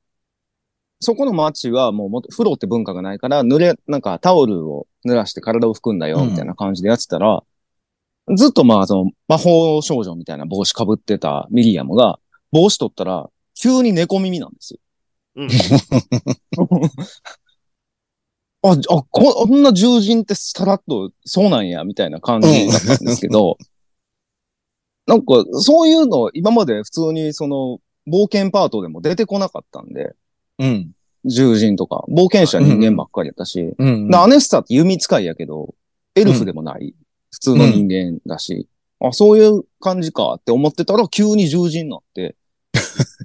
Speaker 2: そこの町はもうもっと、風呂って文化がないから、濡れ、なんかタオルを濡らして体を拭くんだよ、
Speaker 1: うん
Speaker 2: みたいな感じでやってたら、ずっとまあ、その、魔法少女みたいな帽子被ってたミリアムが、帽子取ったら、急に猫耳なんですよ。
Speaker 3: うん。
Speaker 2: <laughs> あ、あ、ここんな獣人ってさらっと、そうなんや、みたいな感じだったんですけど、 <laughs> なんか、そういうの、今まで普通にその、冒険パートでも出てこなかったんで、
Speaker 1: うん。
Speaker 2: 獣人とか、冒険者人間ばっかりやったし、
Speaker 1: うん。
Speaker 2: でアネッサって弓使いやけど、エルフでもない、普通の人間だし、あ、そういう感じかって思ってたら、急に獣人になって、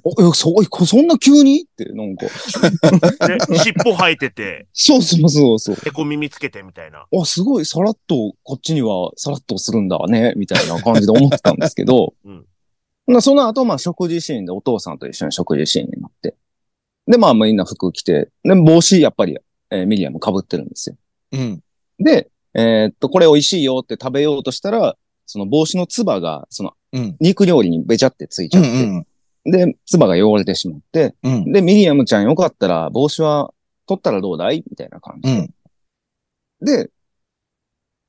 Speaker 2: おえ、そ、こそんな急にって、なんか、
Speaker 3: で、尻尾生えてて、
Speaker 2: そうそうそうそう。
Speaker 3: 猫耳つけてみたいな。
Speaker 2: あ、すごい、さらっと、こっちには、さらっとするんだね、みたいな感じで思ってたんですけ
Speaker 1: <laughs>
Speaker 2: ど、
Speaker 3: うん
Speaker 2: まあその後、まあ、食事シーンでお父さんと一緒に食事シーンになって、で、まあ、みんな服着て、で、帽子、やっぱり、えーミリアム被ってるんですよ。
Speaker 1: うん。
Speaker 2: で、えーっと、これ美味しいよって食べようとしたら、その帽子のつばが、その、
Speaker 1: うん。
Speaker 2: 肉料理にべちゃってついち
Speaker 1: う
Speaker 2: ゃ
Speaker 1: ん
Speaker 2: って、で、つばが汚れてしまって、
Speaker 1: うん。うん。
Speaker 2: で、ミリアムちゃんよかったら、帽子は取ったらどうだいみたいな感じ
Speaker 1: う
Speaker 2: で。
Speaker 1: ん。
Speaker 2: で、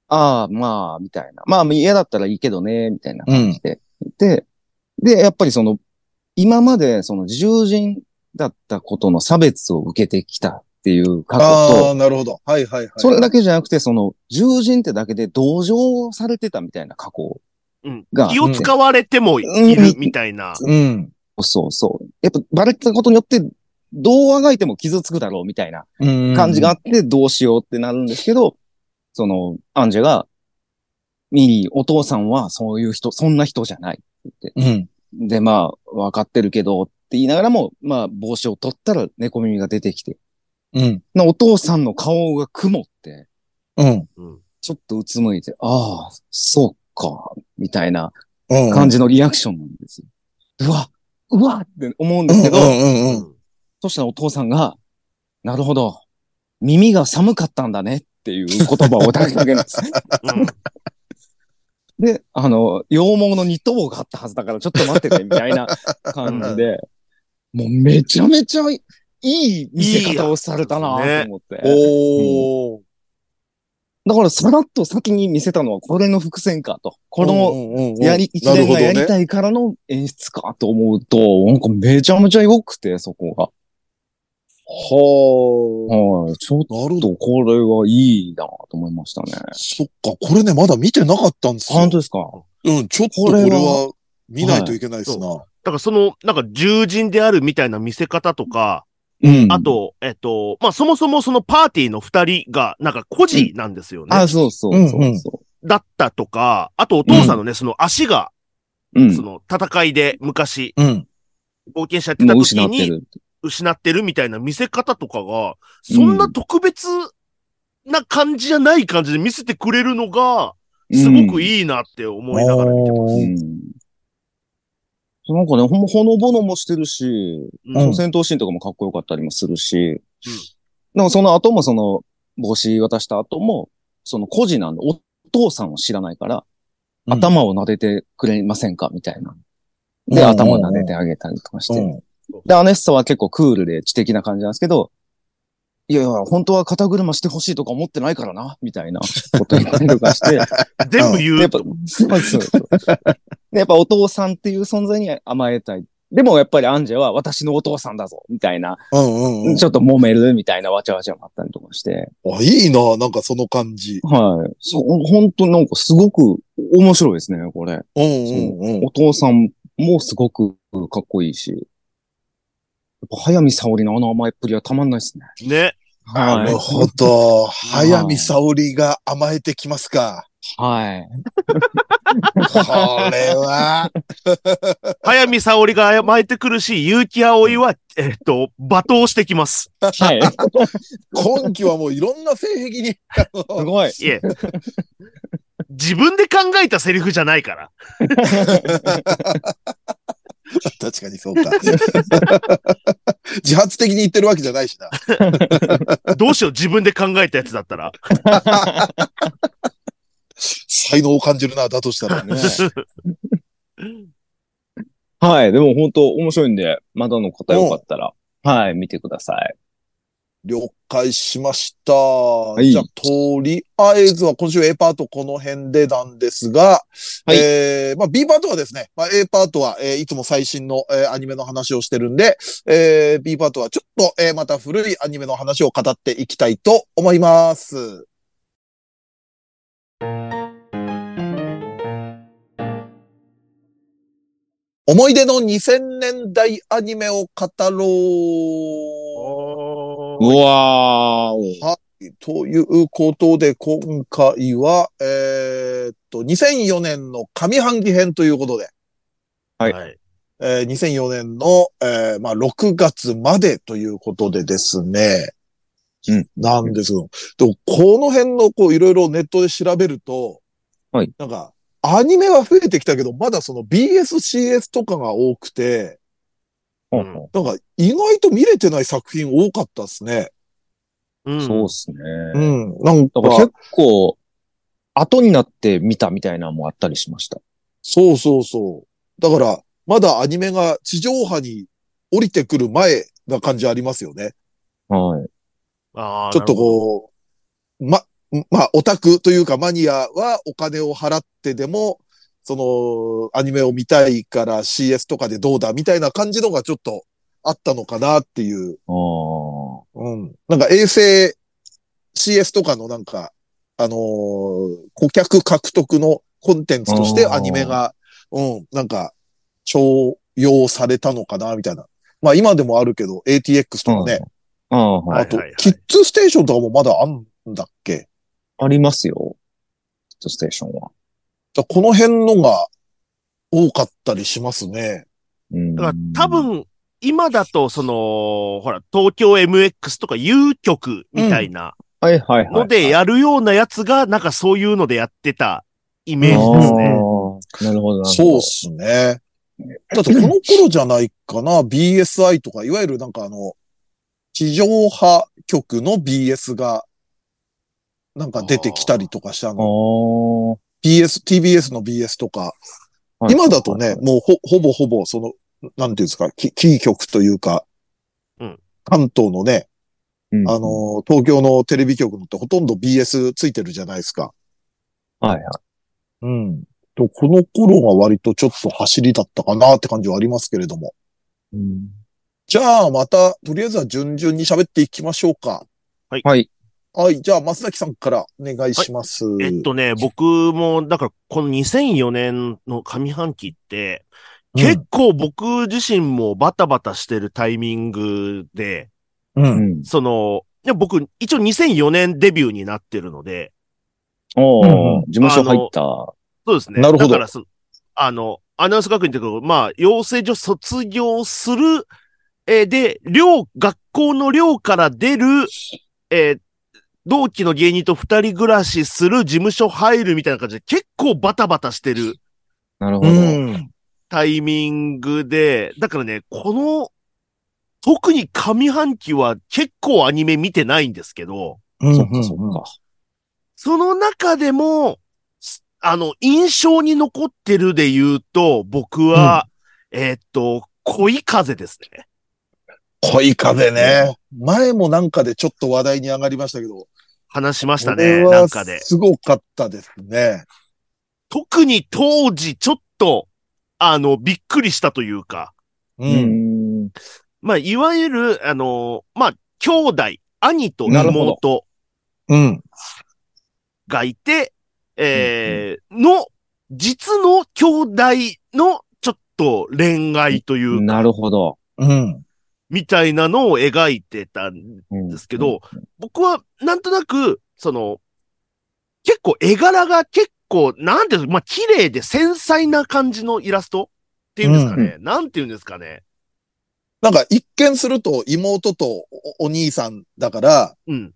Speaker 2: ああ、まあ、みたいな。まあ、嫌だったらいいけどね、みたいな感じで。で、で、やっぱりその、今までその獣人だったことの差別を受けてきたっていう過
Speaker 1: ああ、
Speaker 2: 去と、
Speaker 1: なるほど。はいはいはい。
Speaker 2: それだけじゃなくて、その、獣人ってだけで同情されてたみたいな過去。
Speaker 3: うん
Speaker 2: が。
Speaker 3: 気を使われてもいるみたいな。
Speaker 1: うん。
Speaker 2: そうそう。やっぱバレてたことによって、どうあがいても傷つくだろうみたいな
Speaker 1: うん
Speaker 2: 感じがあって、どうしようってなるんですけど、その、アンジェが、ミリー、お父さんはそういう人、そんな人じゃない。
Speaker 1: うん。
Speaker 2: で、まあ、わかってるけど、って言いながらも、まあ、帽子を取ったら猫耳が出てきて、
Speaker 1: うん。
Speaker 2: なお父さんの顔が曇って、
Speaker 1: うん。
Speaker 3: うん。
Speaker 2: ちょっとうつむいて、ああ、そうか、みたいな
Speaker 1: うん。
Speaker 2: 感じのリアクションなんですよ。うわ、うわって思うんですけど、
Speaker 1: うんうんうんうん。
Speaker 2: そしたらお父さんが、なるほど、耳が寒かったんだねっていう言葉を抱きかけるんです。
Speaker 3: うん
Speaker 2: で、あの、羊毛のニット帽があったはずだからちょっと待ってて、みたい <laughs> な感じで、もうめちゃめちゃいい見せ方をされたなと思って。
Speaker 1: おー。
Speaker 2: だからさらっと先に見せたのはこれの伏線かと。この、
Speaker 1: の
Speaker 2: やり、一連がやりたいからの演出かと思うと、なんかめちゃめちゃ良くて、そこが。
Speaker 1: はあ。
Speaker 2: はい。ちょっ
Speaker 1: なるほど。
Speaker 2: とこれはいいなと思いましたね。
Speaker 1: そっか、これね、まだ見てなかったんですよ
Speaker 2: 本。当ですか
Speaker 1: うん、ちょっとこれは見ないといけないですな。
Speaker 3: だからその、なんか獣人であるみたいな見せ方とか、
Speaker 2: うん。
Speaker 3: あ、と、えっと、まあ、そもそもそのパーティーの二人が、なんか孤児なんですよね。
Speaker 2: あ、そうそうそうそ
Speaker 3: だったとか、あとお父さんのね、その足が、
Speaker 2: う。うん。
Speaker 3: その戦いで昔、
Speaker 1: うん。
Speaker 3: 冒険者やってた
Speaker 2: もう
Speaker 3: 時
Speaker 2: 失って
Speaker 3: に
Speaker 2: る。
Speaker 3: 失ってるみたいな見せ方とかが、そんな特別な感じじゃない感じで見せてくれるのが、すごく
Speaker 2: い。
Speaker 3: いいなって思いながら見てま
Speaker 2: うん。なんかね、ほんまほのぼのもしてるし、
Speaker 3: す。うん
Speaker 1: うん
Speaker 2: 戦闘シーンとかもかっこよかったりもするし、なんかその後もその、帽子渡した後も、その孤児なんで、お父さんを知らないから、
Speaker 1: うん
Speaker 2: 頭を撫でてくれませんかみたいな。
Speaker 1: うんうんう
Speaker 2: で、
Speaker 1: ん
Speaker 2: 頭を撫でてあげたりとかして。で、アネッサは結構クールで知的な感じなんですけど、いやいや、本当は肩車してほしいとか思ってないからな、みたいなこと言ったりとかして、
Speaker 3: 全部言
Speaker 2: やっ
Speaker 3: う
Speaker 2: ぱ、そうそうそう。でやっぱお父さんっていう存在に甘えたい。でもやっぱりアンジェは私のお父さんだぞ、みたいな。
Speaker 1: うんうんうん。
Speaker 2: ちょっと揉めるみたいなわちゃわちゃもあったりとかして。
Speaker 1: あ、いいな、なんかその感じ。
Speaker 2: はい。そう、本当なんかすごく面白いですね、これ。
Speaker 1: うんうんうん。
Speaker 2: お父さんもすごくかっこいいし。やっぱ早見沙織のあの甘えっぷりはたまんないですね。
Speaker 3: ね。
Speaker 1: なるほ <laughs> ど。早見沙織が甘えてきますか。
Speaker 2: はい。
Speaker 1: <laughs> これは。
Speaker 3: 早見沙織が巻いてくるし、結城葵は、えっと、罵倒してきます。
Speaker 2: はい。
Speaker 1: <laughs> 今季はもういろんな性癖 <laughs> に。あの
Speaker 2: すごい。
Speaker 3: いえ。自分で考えたセリフじゃないから。
Speaker 1: 確かにそうか。 <laughs> 自発的に言ってるわけじゃないしな。
Speaker 3: どうしよう、自分で考えたやつだったら。
Speaker 1: 才能を感じるな、だとしたらね。
Speaker 3: <laughs>
Speaker 2: はい。でも本当面白いんで、まだの方よかったら、はい、見てください。
Speaker 1: 了解しました。
Speaker 2: い
Speaker 1: じゃあ、とりあえずは今週 A パートこの辺でなんですが、
Speaker 2: はい
Speaker 1: えーまあ B パートはですね、まあ、A パートは、えーいつも最新の、えーアニメの話をしてるんで、えー B パートはちょっと、えーまた古いアニメの話を語っていきたいと思います。思い出の2000年代アニメを語ろう。
Speaker 2: うわー
Speaker 1: ということで、今回は、えーっと、2004年の上半期編ということで、
Speaker 2: はい
Speaker 3: はい。
Speaker 1: えー2004年の、えーまあ、6月までということでですね。
Speaker 2: うん
Speaker 1: なんですけど、でもこの辺の、こう、いろいろネットで調べると、
Speaker 2: はい
Speaker 1: なんか、アニメは増えてきたけど、まだその BSCS とかが多くて、
Speaker 2: お
Speaker 3: うん
Speaker 1: なんか、意外と見れてない作品多かったですね。
Speaker 3: うん
Speaker 2: そうっすね。
Speaker 1: うん。なんか
Speaker 2: だ、から結構、後になって見たみたいなのもあったりしました。
Speaker 1: そうそうそう。だから、まだアニメが地上波に降りてくる前な感じありますよね。
Speaker 2: はい。
Speaker 3: あー
Speaker 1: ちょっとこう、ま、まあ、オタクというかマニアはお金を払ってでも、その、アニメを見たいから CS とかでどうだみたいな感じのがちょっとあったのかなっていう。
Speaker 2: ああ。
Speaker 1: うん。なんか衛星 CS とかのなんか、あのー顧客獲得のコンテンツとしてアニメが、うん、なんか、重用されたのかな、みたいな。まあ今でもあるけど、ATX とかね。
Speaker 2: ああ、はい。
Speaker 1: あと
Speaker 3: はいはいはい、
Speaker 1: キッズステーションとかもまだあんだっけ
Speaker 2: ありますよ。ヒットステーションは。
Speaker 1: じゃあこの辺のが多かったりしますね。
Speaker 2: うん
Speaker 3: だから多、分、今だと、その、ほら、東京 MX とか U 局みたいな
Speaker 2: はいはいはい。
Speaker 3: のでやるようなやつが、なんかそういうのでやってたイメージですね。
Speaker 2: ああなるほど、なるほど。
Speaker 1: そうっすね。だってこの頃じゃないかな、BSI とか、いわゆるなんかあの、地上波局の BS が、なんか出てきたりとかした
Speaker 2: ああ
Speaker 1: の。BS、TBS の BS とか、
Speaker 2: はい
Speaker 1: 今だとね、もうほ、ほぼほぼ、その、なんていうんですか、キキー局というか、
Speaker 3: うん
Speaker 1: 関東のね、
Speaker 2: うん
Speaker 1: あ、の、東京のテレビ局のってほとんど BS ついてるじゃないですか。
Speaker 2: はいはい。
Speaker 1: うん。と、この頃が割とちょっと走りだったかなって感じはありますけれども。
Speaker 2: うん
Speaker 1: じゃあ、また、とりあえずは順々に喋っていきましょうか。
Speaker 2: はい。
Speaker 1: はい。じゃあ、松崎さんからお願いします。
Speaker 3: えっとね、僕も、だから、この2004年の上半期って、
Speaker 1: うん
Speaker 3: 結構僕自身もバタバタしてるタイミングで、
Speaker 1: う。
Speaker 2: うんん。
Speaker 3: その、いや僕、一応2004年デビューになってるので、
Speaker 2: お
Speaker 1: う
Speaker 2: ー
Speaker 1: ん
Speaker 2: 事務所入った。
Speaker 3: そうですね。
Speaker 1: なるほど
Speaker 3: だからその、あの、アナウンス学院ってこと、まあ、養成所卒業する、えーで、寮、学校の寮から出る、えー同期の芸人と二人暮らしする事務所入るみたいな感じで、結構バタバタしてる
Speaker 2: なるほ
Speaker 1: う
Speaker 2: ど。
Speaker 1: ん。
Speaker 3: タイミングで、だからね、この、特に上半期は結構アニメ見てないんですけど、
Speaker 1: うん
Speaker 2: そっかそっか。
Speaker 3: その中でも、すあの、印象に残ってるで言うと、僕は、えーっと、恋風ですね。
Speaker 1: 恋風ね。前もなんかでちょっと話題に上がりましたけど。
Speaker 3: 話しました
Speaker 1: こ
Speaker 3: ね、
Speaker 1: れは
Speaker 3: なんかで。
Speaker 1: すごかったですね。
Speaker 3: 特に当時、ちょっと、あの、びっくりしたというか、
Speaker 1: う。
Speaker 2: うんん。
Speaker 3: まあ、いわゆる、あの、まあ、兄弟、兄と
Speaker 2: なるほ
Speaker 3: 妹
Speaker 1: うん。
Speaker 3: がいて、えーの、実の兄弟の、ちょっと恋愛という、
Speaker 2: なるほど。
Speaker 1: うん。
Speaker 3: みたいなのを描いてたん
Speaker 2: うん
Speaker 3: ですけど、僕はなんとなく、その、結構絵柄が結構、なんていうのまあ、綺麗で繊細な感じのイラストっていうんですかね。なんていうんですかね。
Speaker 1: なんか一見すると妹とおお兄さんだから、
Speaker 3: うん。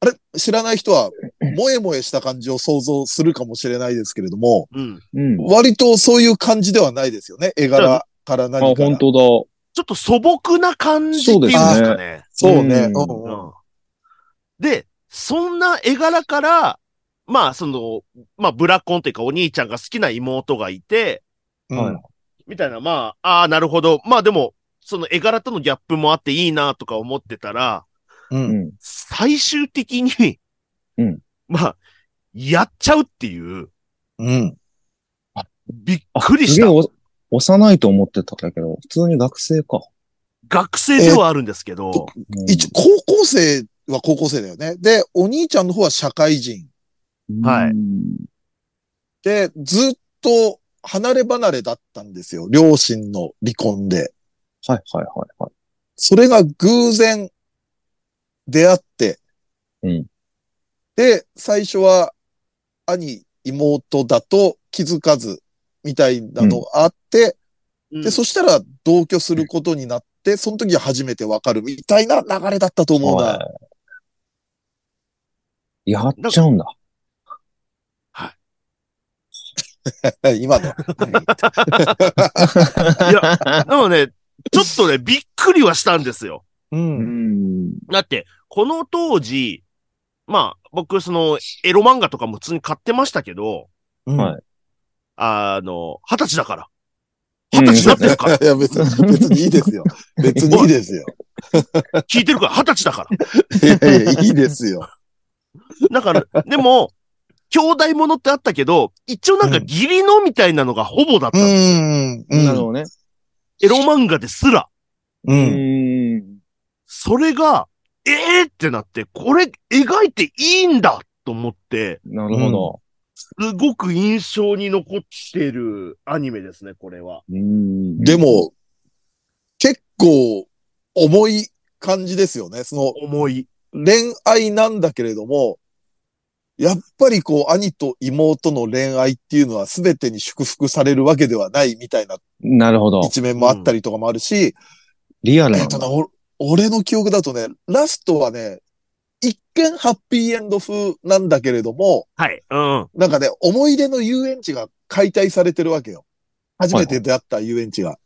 Speaker 1: あれ知らない人は、萌え萌えした感じを想像するかもしれないですけれども、
Speaker 3: うん。
Speaker 2: うん。あ、
Speaker 1: 割とそういう感じではないですよね。絵柄から何から。
Speaker 2: 本当
Speaker 3: ちょっと素朴な感じっていうんですか
Speaker 2: そう
Speaker 3: ね。
Speaker 1: そうね。
Speaker 2: うん
Speaker 1: うん
Speaker 3: うんで、そんな絵柄から、まあ、その、まあ、ブラコンというかお兄ちゃんが好きな妹がいて、
Speaker 1: う
Speaker 2: だ。
Speaker 1: ん
Speaker 2: はい
Speaker 3: みたいな、まあ、ああ、なるほど。まあでも、その絵柄とのギャップもあっていいなとか思ってたら、
Speaker 1: う
Speaker 2: うんん。
Speaker 3: 最終的に、
Speaker 2: うん
Speaker 3: まあ、やっちゃうっていう、
Speaker 1: うん。
Speaker 3: びっくりし
Speaker 2: すげえ
Speaker 3: た。
Speaker 2: お幼いと思ってたんだけど、普通に学生か。
Speaker 3: 学生ではあるんですけど、
Speaker 2: うん
Speaker 1: 一応、高校生は高校生だよね。で、お兄ちゃんの方は社会人。
Speaker 3: はい
Speaker 2: うん
Speaker 1: で、ずっと離れ離れだったんですよ。両親の離婚で。
Speaker 2: はいはいはいはい。
Speaker 1: それが偶然出会って、
Speaker 2: うん
Speaker 1: で、最初は兄、妹だと気づかずみたいなのがあって、
Speaker 3: うん
Speaker 1: で、そしたら同居することになって、その時は初めてわかるみたいな流れだったと思うな。
Speaker 2: はいやっちゃうんだ。
Speaker 1: <laughs> 今の。
Speaker 3: いやでもね、ちょっとね、びっくりはしたんですよ。
Speaker 1: う。
Speaker 2: <laughs> うんん。
Speaker 3: だって、この当時、まあ、僕、その、エロ漫画とかも普通に買ってましたけど、
Speaker 1: うん
Speaker 2: はい
Speaker 3: あの、二十歳だから。二十歳になってるから。
Speaker 1: いや、別に、別にいいですよ。別 <laughs> にいいですよ。
Speaker 3: 聞いてるから、二十歳だから。
Speaker 1: いやいや、いいですよ。
Speaker 3: だから、でも、兄弟ものってあったけど、一応なんか義理のみたいなのがほぼだった。
Speaker 1: うーん。うん
Speaker 2: なるほどね。
Speaker 3: エロ漫画ですら。
Speaker 1: う。
Speaker 2: うんん。
Speaker 3: それが、ええー、ってなって、これ描いていいんだと思って、
Speaker 2: なるほど。
Speaker 3: すごく印象に残ってるアニメですね、これは。
Speaker 2: うん
Speaker 1: で、も、結構、重い感じですよね。その、
Speaker 3: 思い。
Speaker 1: 恋愛なんだけれども、やっぱりこう、兄と妹の恋愛っていうのは全てに祝福されるわけではないみたいな
Speaker 2: なるほど。
Speaker 1: 一面もあったりとかもあるし、
Speaker 2: リアル
Speaker 1: え
Speaker 2: な
Speaker 1: っ
Speaker 2: ん
Speaker 1: と
Speaker 2: だ
Speaker 1: ね、お俺の記憶だとね、ラストはね、一見ハッピーエンド風なんだけれども、
Speaker 3: はい。うん。
Speaker 1: なんかね、思い出の遊園地が解体されてるわけよ。初めて出会った遊園地が。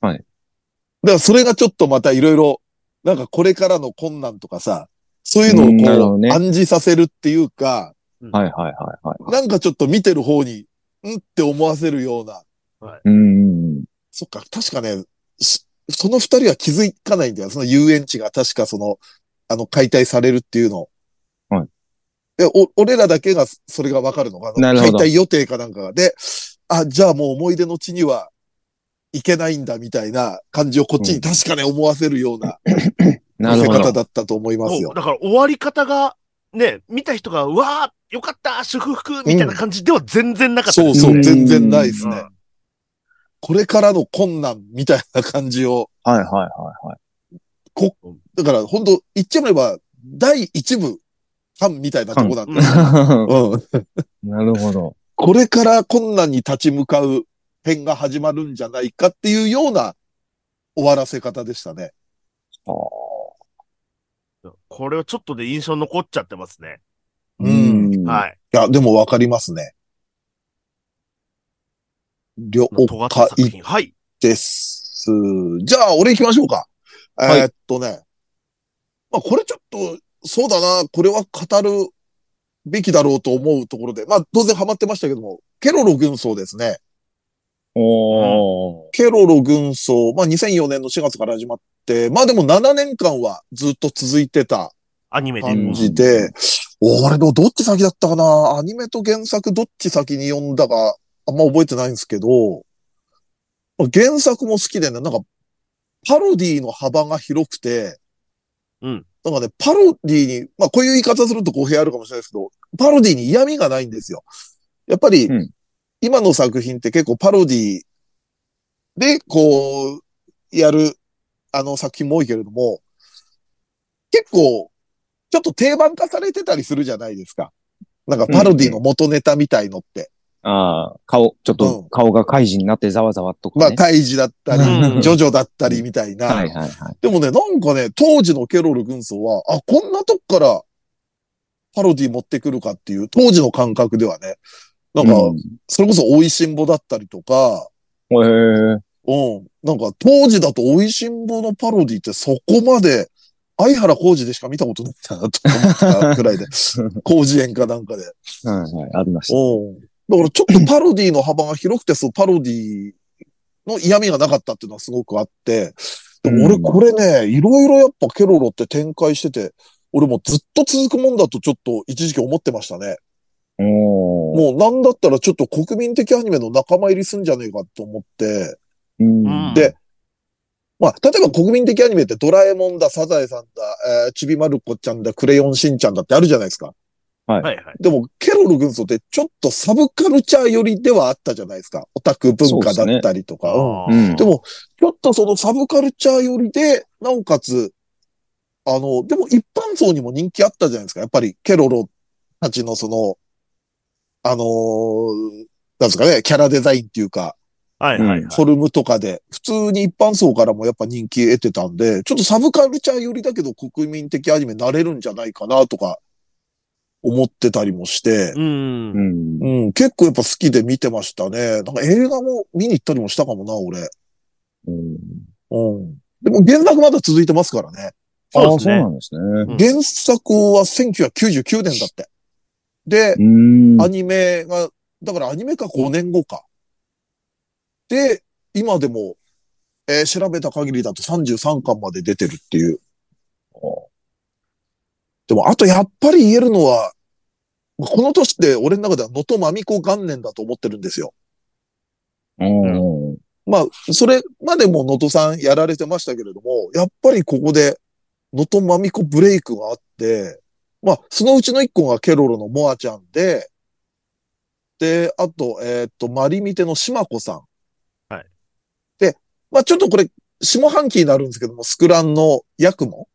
Speaker 2: はい
Speaker 1: だからそれがちょっとまたいろいろ、なんかこれからの困難とかさ、そういうの
Speaker 2: うんなる
Speaker 1: をこう、
Speaker 2: ほどね
Speaker 1: 暗示させるっていうか、
Speaker 2: はいはいはいはい。
Speaker 1: なんかちょっと見てる方に、んって思わせるような。
Speaker 2: うん。
Speaker 1: そっか、確かね、しその二人は気づかないんだよ。その遊園地が確かその、あの、解体されるっていうの。
Speaker 2: はい。
Speaker 1: で、お、俺らだけが、それがわかるのか
Speaker 2: なるほど
Speaker 1: 解体予定かなんかが。で、あ、じゃあもう思い出の地には行けないんだみたいな感じをこっちに確かね思わせるような
Speaker 2: なるほ
Speaker 1: 見せ方
Speaker 2: ど。
Speaker 1: だったと思います
Speaker 3: も
Speaker 1: よ
Speaker 3: う。だから終わり方が、ね、見た人が、うわー、よかった、祝福みたいな感じでは全然なかった
Speaker 1: そ
Speaker 3: で
Speaker 1: う
Speaker 3: す
Speaker 1: そ
Speaker 3: ね、
Speaker 1: う、
Speaker 2: ん
Speaker 1: 全然ないです
Speaker 3: うん
Speaker 1: ね。これからの困難みたいな感じを、
Speaker 2: はいはいはいはい。
Speaker 1: だから本当言っちゃえば、第一部、班みたいなとこなんで。うん。
Speaker 2: なるほど。
Speaker 1: これから困難に立ち向かう編が始まるんじゃないかっていうような終わらせ方でしたね。
Speaker 3: これはちょっとで印象残っちゃってますね。
Speaker 1: うん
Speaker 2: はい。
Speaker 3: はい。
Speaker 1: いや、でもわかりますね。了
Speaker 3: 尖った作
Speaker 1: 解
Speaker 3: 品。はい。
Speaker 1: です。じゃあ、俺行きましょうか。
Speaker 2: はい
Speaker 1: えーっとね。まあ、これちょっと、そうだな、これは語るべきだろうと思うところで、まあ、当然ハマってましたけども、ケロロ軍曹ですね。
Speaker 2: おー。
Speaker 1: ケロロ軍曹、まあ、2004年の4月から始まって、まあでも7年間はずっと続いてた
Speaker 3: アニメで。
Speaker 1: 感じで、俺のどっち先だったかなアニメと原作どっち先に読んだか、あんま覚えてないんですけど、まあ原作も好きでね、なんか、パロディの幅が広くて、
Speaker 3: うん。
Speaker 1: なんかね、パロディに、まあこういう言い方すると語弊あるかもしれないですけど、パロディに嫌味がないんですよ。やっぱり、
Speaker 2: うん
Speaker 1: 今の作品って結構パロディで、こう、やる、あの作品も多いけれども、結構、ちょっと定番化されてたりするじゃないですか。なんかパロディの元ネタみたいのって。
Speaker 2: ああ、顔、ちょっ
Speaker 1: う
Speaker 2: と
Speaker 1: ん
Speaker 2: 顔が怪人になってざわざわっと
Speaker 1: ま
Speaker 2: か
Speaker 1: あ、
Speaker 2: ね。
Speaker 1: カイジだったり、
Speaker 3: うん
Speaker 1: ジョジョだったりみたいな。
Speaker 2: はいはいはい。
Speaker 1: でもね、なんかね、当時のケロル軍曹は、あ、こんなとこからパロディ持ってくるかっていう、当時の感覚ではね、なんか、
Speaker 2: うん
Speaker 1: それこそ美味しんぼだったりとか、
Speaker 2: へえ。
Speaker 1: うん。なんか、当時だと美味しんぼのパロディってそこまで、相原浩二でしか見たことないんだなと思ったくらい <laughs> で、浩二園かなんかで。
Speaker 2: はいはい、ありました。
Speaker 1: うん。だからちょっとパロディの幅が広くて、そう、パロディの嫌味がなかったっていうのはすごくあって、でも俺
Speaker 2: うん
Speaker 1: これね、いろいろやっぱケロロって展開してて、俺もずっと続くもんだとちょっと一時期思ってましたね。
Speaker 2: おー。
Speaker 1: もうなんだったらちょっと国民的アニメの仲間入りすんじゃねえかと思って、
Speaker 2: うん
Speaker 1: で、まあ、例えば国民的アニメってドラえもんだ、サザエさんだ、えーちびまる子ちゃんだ、クレヨンしんちゃんだってあるじゃないですか。
Speaker 3: はいはい。
Speaker 1: でも、ケロロ軍曹ってちょっとサブカルチャー寄りではあったじゃないですか。オタク文化だったりとか。うん
Speaker 3: あー
Speaker 2: うん
Speaker 1: でも、ちょっとそのサブカルチャー寄りで、なおかつ、あの、でも一般層にも人気あったじゃないですか。やっぱりケロロたちのその、あのーなんですかね、キャラデザインっていうか、
Speaker 3: はいはいはい。
Speaker 1: フォルムとかで、普通に一般層からもやっぱ人気得てたんで、ちょっとサブカルチャー寄りだけど国民的アニメになれるんじゃないかなとか、思ってたりもして、
Speaker 3: う
Speaker 2: う。
Speaker 3: ん
Speaker 2: ん。
Speaker 1: うん、結構やっぱ好きで見てましたね。なんか映画も見に行ったりもしたかもな、俺。
Speaker 2: うん
Speaker 1: うん。でも原作まだ続いてますからね。
Speaker 3: そう
Speaker 2: ああ、
Speaker 3: です
Speaker 2: そう
Speaker 3: ね
Speaker 2: な。んですね。
Speaker 3: うん
Speaker 1: 原作は1999年だって。で、
Speaker 2: うん。
Speaker 1: アニメが、だからアニメ化5年後か。で、今でも、えー調べた限りだと33巻まで出てるっていう。でも、あとやっぱり言えるのは、この年って俺の中では能登まみこ元年だと思ってるんですよ。
Speaker 2: うん
Speaker 1: まあ、それまでも能登さんやられてましたけれども、やっぱりここで能登まみこブレイクがあって、まあ、そのうちの一個がケロロのモアちゃんで、で、あと、えーっと、マリミテのシマコさん。
Speaker 3: はい。
Speaker 1: で、まあちょっとこれ、下半期になるんですけども、スクランのヤクモ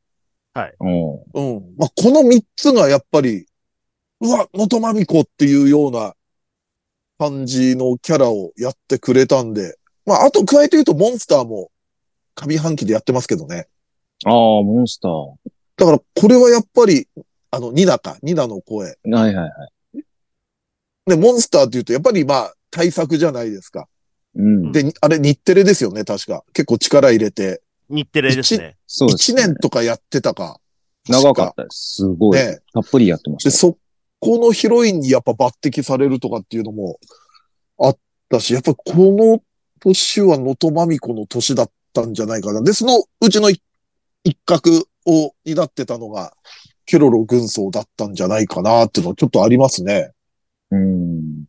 Speaker 2: うん
Speaker 1: うん。まあ、この三つがやっぱり、うわ、能登まみこっていうような感じのキャラをやってくれたんで。まあ、あと加えて言うと、モンスターも上半期でやってますけどね。
Speaker 2: ああ、モンスター。は
Speaker 1: だから、これはやっぱり、あの、ニナか、ニナの声。
Speaker 2: いはいはい。
Speaker 1: で、モンスターって言うと、やっぱりまあ、対策じゃないですか。
Speaker 2: うん。
Speaker 1: で、あれ、日テレですよね、確か。結構力入れて。
Speaker 3: 日テレですね。
Speaker 2: そうです
Speaker 1: 1
Speaker 2: ね。
Speaker 1: 年とかやってたか。
Speaker 2: 長かっ
Speaker 1: 確
Speaker 2: たです。すごい。
Speaker 1: ねえ
Speaker 2: たっぷりやってま
Speaker 1: で、
Speaker 2: した。
Speaker 1: そこのヒロインにやっぱ抜擢されるとかっていうのもあったし、やっぱこの年は能登まみこの年だったんじゃないかな。で、そのうちの一一角を担ってたのが、ケロロ軍曹だったんじゃないかなっていうのはちょっとありますね。
Speaker 2: うん。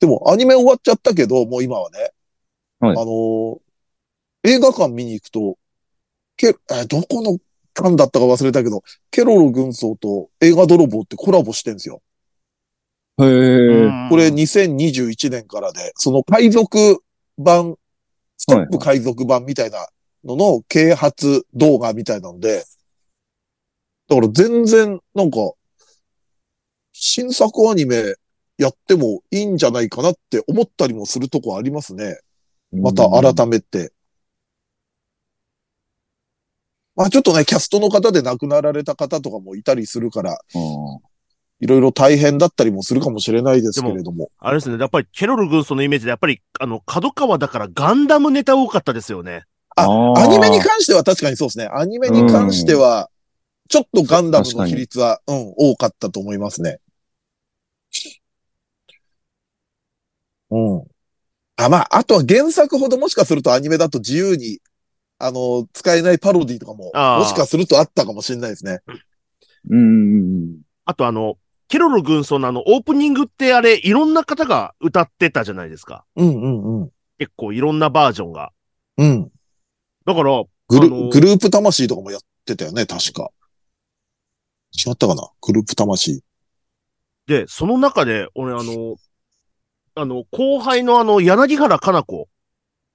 Speaker 1: でもアニメ終わっちゃったけど、もう今はね。
Speaker 2: はい
Speaker 1: あのー映画館見に行くと、け、えーどこの館だったか忘れたけど、ケロロ軍曹と映画泥棒ってコラボしてんですよ。
Speaker 2: へえ。
Speaker 1: これ、2021年からで、その海賊版、ストップ海賊版みたいなのの啓発動画みたいなので、だから全然なんか、新作アニメやってもいいんじゃないかなって思ったりもするとこありますね。また改めて。まあちょっとね、キャストの方で亡くなられた方とかもいたりするから、
Speaker 2: うん
Speaker 1: いろいろ大変だったりもするかもしれないですけれども
Speaker 3: あれですね、やっぱりケロル軍曹のイメージで、やっぱり、あの、角川だからガンダムネタ多かったですよね。
Speaker 1: あ
Speaker 2: あー
Speaker 1: アニメに関しては確かにそうですね。アニメに関しては、ちょっとガンダムの比率は、うん、多かったと思いますね。うん。あ、まあ、あとは原作ほどもしかするとアニメだと自由に、あの、使えないパロディとかも、
Speaker 3: あー
Speaker 1: もしかするとあったかもしれないですね。
Speaker 2: うん。
Speaker 3: あと、あの、ケロル軍曹のあの、オープニングってあれ、いろんな方が歌ってたじゃないですか。
Speaker 1: うんうんうん。
Speaker 3: 結構いろんなバージョンが。
Speaker 1: うん。
Speaker 3: だから、
Speaker 1: グル、
Speaker 3: あのー
Speaker 1: グループ魂とかもやってたよね、確か。違ったかなグループ魂。
Speaker 3: で、その中で、俺、あの、あの、後輩のあの、柳原加奈子、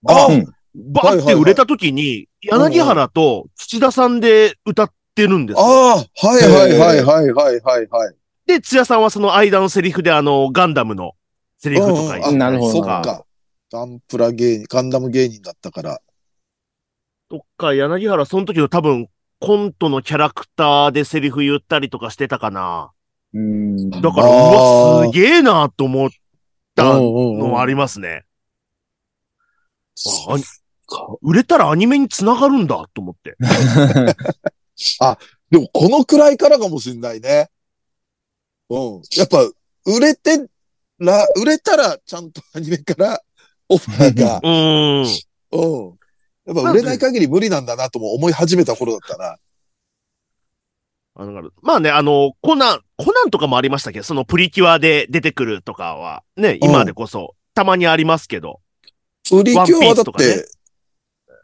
Speaker 1: あ、
Speaker 2: うん
Speaker 3: バーって売れた時に、
Speaker 1: いはい
Speaker 3: 柳原と土田さんで歌ってるんですよ
Speaker 1: ああ、はいはいはいはいはいはいはい。
Speaker 3: で、津屋さんはその間のセリフで、あの、ガンダムのセリフとか言っ
Speaker 1: うん
Speaker 3: て
Speaker 1: うん
Speaker 2: なるほど
Speaker 1: そっか。ガンプラ芸人、ガンダム芸人だったから。
Speaker 3: とか、柳原、その時の多分、コントのキャラクターでセリフ言ったりとかしてたかな。
Speaker 2: うん。
Speaker 3: だから、う
Speaker 1: あー
Speaker 3: わ、すげえなと思った
Speaker 1: うんうんうん
Speaker 3: のはありますね。
Speaker 1: そ
Speaker 3: あ
Speaker 1: か
Speaker 3: 売れたらアニメに繋がるんだと思って。
Speaker 1: でも、このくらいからかもしんないね。うん。やっぱ、売れてら、売れたら、ちゃんとアニメからオファーが。
Speaker 3: うーん。
Speaker 1: うん。やっぱ売れない限り無理なんだなとも思い始めた頃だったな。
Speaker 3: あのだからまあね、あの、コナン、コナンとかもありましたけど、そのプリキュアで出てくるとかは、ね、今でこそ、たまにありますけど。
Speaker 1: プリキュアはだ
Speaker 3: ワンピース
Speaker 1: っ
Speaker 3: とかね
Speaker 1: て、